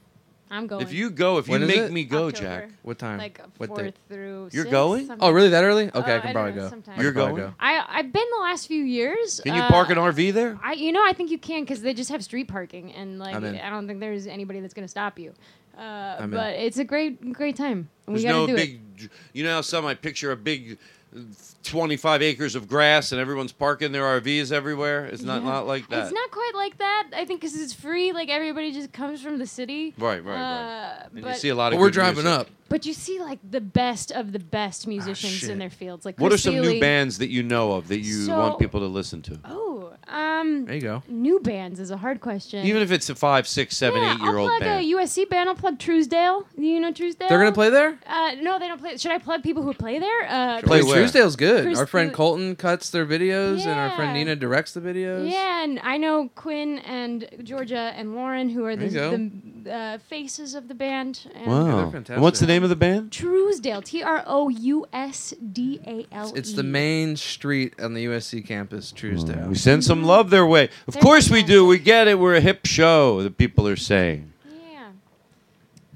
[SPEAKER 8] I'm going.
[SPEAKER 6] if you go, if you
[SPEAKER 7] When is
[SPEAKER 6] make
[SPEAKER 7] it?
[SPEAKER 6] me go,
[SPEAKER 8] October.
[SPEAKER 6] Jack,
[SPEAKER 7] What time?
[SPEAKER 8] Like uh,
[SPEAKER 7] what
[SPEAKER 8] fourth
[SPEAKER 7] day?
[SPEAKER 8] through.
[SPEAKER 7] You're
[SPEAKER 8] sixth,
[SPEAKER 7] going?
[SPEAKER 8] something.
[SPEAKER 7] Oh, really? That early? Okay, I
[SPEAKER 8] Uh,
[SPEAKER 7] can
[SPEAKER 8] don't
[SPEAKER 7] probably
[SPEAKER 8] know,
[SPEAKER 7] go.
[SPEAKER 8] sometime.
[SPEAKER 7] I can You're probably going? go.
[SPEAKER 8] I I've been the last few years.
[SPEAKER 6] can you
[SPEAKER 8] uh,
[SPEAKER 6] park an RV there?
[SPEAKER 8] I you know I think you can because they just have street parking and like
[SPEAKER 6] I'm in.
[SPEAKER 8] I don't think there's anybody that's gonna stop you. Uh,
[SPEAKER 6] I'm in.
[SPEAKER 8] but it's a great great time. We
[SPEAKER 6] There's
[SPEAKER 8] gotta
[SPEAKER 6] no
[SPEAKER 8] do it.
[SPEAKER 6] big. You know how some I picture a big, uh, 25 acres of grass and everyone's parking their RVs everywhere. It's not
[SPEAKER 8] Yeah.
[SPEAKER 6] not like that.
[SPEAKER 8] It's not quite like that. I think because it's free. Like everybody just comes from the city.
[SPEAKER 6] Right, right, right.
[SPEAKER 8] Uh,
[SPEAKER 6] and
[SPEAKER 8] but,
[SPEAKER 6] you see a lot of.
[SPEAKER 7] But we're
[SPEAKER 6] good
[SPEAKER 7] driving
[SPEAKER 6] music.
[SPEAKER 7] up.
[SPEAKER 8] but you see like the best of the best musicians
[SPEAKER 6] Ah, shit.
[SPEAKER 8] in their fields. Like
[SPEAKER 6] What are
[SPEAKER 8] Chris
[SPEAKER 6] some
[SPEAKER 8] Seeley.
[SPEAKER 6] new bands that you know of that you want
[SPEAKER 8] So-
[SPEAKER 6] people to listen to?
[SPEAKER 8] Oh, um,
[SPEAKER 6] There you go.
[SPEAKER 8] New bands is a hard question.
[SPEAKER 6] Even if it's a five, six, seven,
[SPEAKER 8] yeah,
[SPEAKER 6] eight year
[SPEAKER 8] I'll
[SPEAKER 6] old
[SPEAKER 8] plug
[SPEAKER 6] band.
[SPEAKER 8] a USC band. I'll plug Truesdale. Do You know Truesdale?
[SPEAKER 7] They're gonna play there?
[SPEAKER 8] Uh, no, they don't play. Should I plug people who play there? Uh,
[SPEAKER 7] Play
[SPEAKER 8] Truesdale-
[SPEAKER 7] Truesdale's good.
[SPEAKER 8] Trues-
[SPEAKER 7] our friend Colton cuts their videos, and our friend
[SPEAKER 8] Yeah.
[SPEAKER 7] Nina directs the videos.
[SPEAKER 8] Yeah, and I know Quinn and Georgia and Lauren, who are the,
[SPEAKER 7] There you
[SPEAKER 8] the uh, faces of the band. And
[SPEAKER 6] Wow. And What's the name of the band?
[SPEAKER 8] Truesdale, T R O U S D A L E.
[SPEAKER 7] It's the main street on the USC campus, Truesdale.
[SPEAKER 6] Mm, We send some love their way. Of course we do. We get it. We're a hip show, the people are saying.
[SPEAKER 8] Yeah.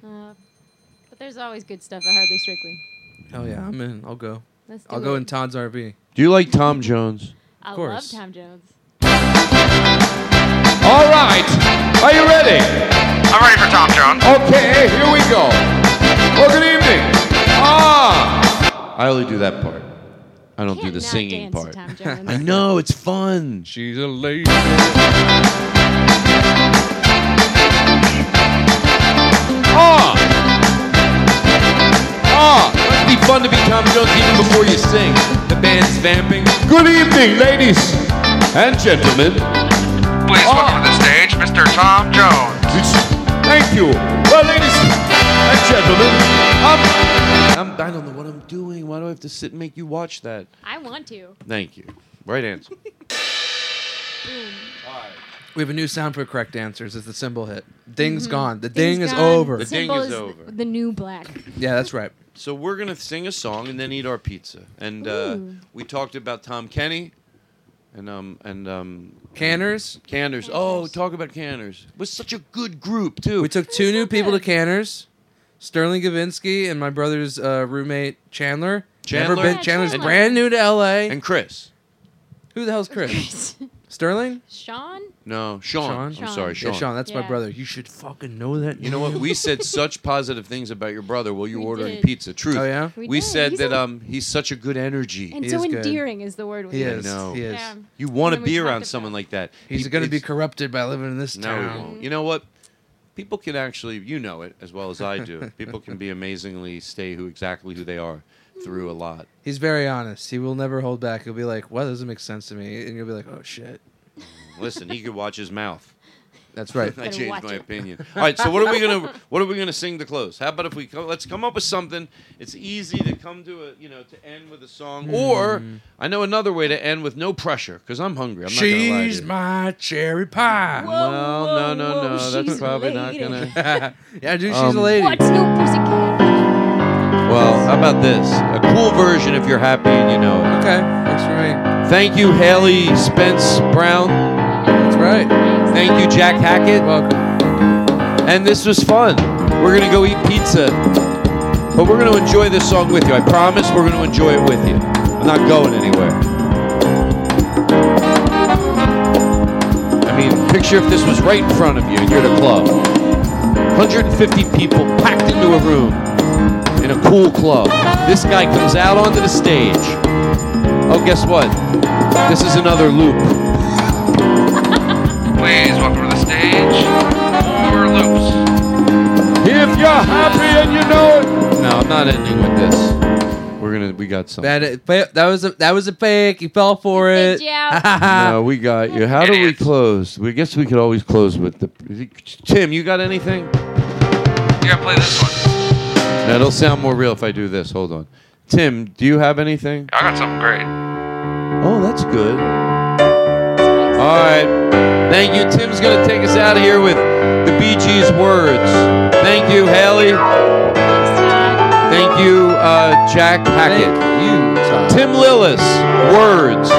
[SPEAKER 8] Uh, but there's always good stuff at Hardly Strictly.
[SPEAKER 7] Hell yeah, I'm in. I'll go.
[SPEAKER 8] Let's
[SPEAKER 7] I'll
[SPEAKER 8] do
[SPEAKER 7] go
[SPEAKER 8] it.
[SPEAKER 7] in Todd's RV.
[SPEAKER 6] Do you like Tom Jones?
[SPEAKER 8] I love
[SPEAKER 7] course.
[SPEAKER 8] Tom Jones.
[SPEAKER 6] All right. Are you ready?
[SPEAKER 15] I'm ready for Tom Jones.
[SPEAKER 6] Okay, here we go. Well, good evening. Ah! I only do that part. I don't do the singing
[SPEAKER 8] dance to
[SPEAKER 6] part. (laughs)
[SPEAKER 8] Tom Jones.
[SPEAKER 6] I know, it's fun.
[SPEAKER 7] She's a lady.
[SPEAKER 6] Ah! Ah! Must be fun to be Tom Jones even before you sing. The band's vamping. Good evening, ladies and gentlemen.
[SPEAKER 15] Please welcome to the stage Mr. Tom Jones.
[SPEAKER 6] Thank you. Well, ladies and gentlemen, I'm, I'm, I don't know what I'm doing. Why do I have to sit and make you watch that?
[SPEAKER 8] I want to.
[SPEAKER 6] Thank you. Right
[SPEAKER 8] (laughs)
[SPEAKER 6] answer.
[SPEAKER 7] We have a new sound for correct answers. It's the cymbal hit. Ding's
[SPEAKER 8] Mhm.
[SPEAKER 7] gone. The
[SPEAKER 8] Ding's
[SPEAKER 7] ding is
[SPEAKER 8] gone.
[SPEAKER 7] over.
[SPEAKER 8] Symbol th- The new
[SPEAKER 6] (laughs)
[SPEAKER 8] black. (laughs)
[SPEAKER 7] Yeah, that's right.
[SPEAKER 6] So we're gonna sing a song and then eat our pizza. And uh,
[SPEAKER 8] Ooh.
[SPEAKER 6] we talked about Tom Kenny, and um and um
[SPEAKER 7] Canners.
[SPEAKER 6] Canners. Oh, talk about Canners. Was such a good group too.
[SPEAKER 7] We took two new people to Canners, Sterling Gavinsky and my brother's uh, roommate Chandler.
[SPEAKER 6] Chandler.
[SPEAKER 7] Never been.
[SPEAKER 6] Yeah,
[SPEAKER 7] Chandler's
[SPEAKER 6] Chandler.
[SPEAKER 7] brand new to L.A. And
[SPEAKER 6] Chris.
[SPEAKER 7] Who the hell's
[SPEAKER 6] (laughs)
[SPEAKER 7] Chris? Sterling.
[SPEAKER 8] Sean?
[SPEAKER 6] No, Sean.
[SPEAKER 7] Sean?
[SPEAKER 6] I'm sorry,
[SPEAKER 7] Yeah,
[SPEAKER 6] Sean.
[SPEAKER 7] Sean, that's my Yeah. brother.
[SPEAKER 6] You
[SPEAKER 7] should fucking know that.
[SPEAKER 6] You know what? We said such positive things about your brother while you were ordering
[SPEAKER 8] did.
[SPEAKER 6] pizza. Truth.
[SPEAKER 7] Oh, yeah?
[SPEAKER 8] We
[SPEAKER 6] We,
[SPEAKER 8] did.
[SPEAKER 6] said
[SPEAKER 8] He's
[SPEAKER 6] that
[SPEAKER 8] a-
[SPEAKER 6] um he's such a good energy.
[SPEAKER 8] And so endearing is the word we
[SPEAKER 6] He is.
[SPEAKER 8] use.
[SPEAKER 6] No. He is.
[SPEAKER 8] Yeah.
[SPEAKER 6] You want to
[SPEAKER 8] And we
[SPEAKER 6] be
[SPEAKER 8] talked
[SPEAKER 6] around someone like that.
[SPEAKER 7] He's
[SPEAKER 6] He-
[SPEAKER 7] going to be
[SPEAKER 6] it's-
[SPEAKER 7] corrupted by living in this
[SPEAKER 6] No, he
[SPEAKER 7] town.
[SPEAKER 6] won't. You know what? People can actually, you know it as well as I do. People can be amazingly stay who exactly who they are through a lot.
[SPEAKER 7] He's very honest. He will never hold back. He'll be like, "Well, that doesn't make sense to me," and you'll be like, "Oh shit."
[SPEAKER 6] Mm, Listen, he could watch his mouth.
[SPEAKER 7] That's
[SPEAKER 6] (laughs)
[SPEAKER 7] right.
[SPEAKER 6] I
[SPEAKER 7] Better
[SPEAKER 6] changed
[SPEAKER 7] watch
[SPEAKER 6] my
[SPEAKER 7] it.
[SPEAKER 6] opinion. All right, so what are we gonna what are we gonna sing to close? How about if we come, let's come up with something? It's easy to come to a you know to end with a song,
[SPEAKER 7] Mm-hmm.
[SPEAKER 6] or I know another way to end with no pressure because I'm hungry. I'm not gonna lie. to
[SPEAKER 7] She's
[SPEAKER 6] you.
[SPEAKER 7] my cherry pie.
[SPEAKER 6] well, no, no, no. That's probably not gonna.
[SPEAKER 7] (laughs) yeah, dude, she's
[SPEAKER 6] Um,
[SPEAKER 7] a lady.
[SPEAKER 8] What's new, pussycat?
[SPEAKER 6] Well, how about this? A cool version if you're happy and you know it.
[SPEAKER 7] Okay, that's right.
[SPEAKER 6] Thank you, Haley Spence Brown.
[SPEAKER 7] That's right.
[SPEAKER 6] Thank you, Jack Hackett. Welcome. And this was fun. We're gonna go eat pizza, but we're gonna enjoy this song with you. I promise we're gonna enjoy it with you. I'm not going anywhere. I mean, picture if this was right in front of you and you're at a club. 150 people packed into a room in a cool club. This guy comes out onto the stage. Oh, guess what? This is another loop.
[SPEAKER 15] (laughs) Please welcome to the stage more loops.
[SPEAKER 6] If you're happy and you know it. No, I'm not ending with this. We're gonna. We got something.
[SPEAKER 7] That that was a that was a fake. He fell for it.
[SPEAKER 6] no, we got you. How do we close? We guess we could always close with the. Tim, you got anything?
[SPEAKER 15] Yeah, play this one.
[SPEAKER 6] Now, it'll sound more real if I do this. Hold on. Tim, do you have anything?
[SPEAKER 15] I got something great.
[SPEAKER 6] Oh, that's good. All right. Thank you. Tim's going to take us out of here with the Bee Gees words. Thank you, Haley. Thank you, uh, Jack Hackett. you, Tim Lillis, words.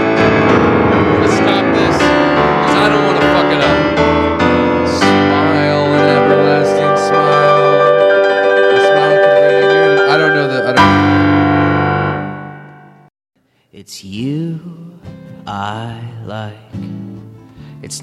[SPEAKER 6] Let's stop this because I don't want to fuck it up. Smile, an everlasting smile. A smile continued. I don't know the. I don't.
[SPEAKER 16] It's you I like. It's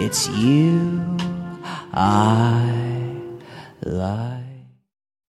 [SPEAKER 16] It's you I like.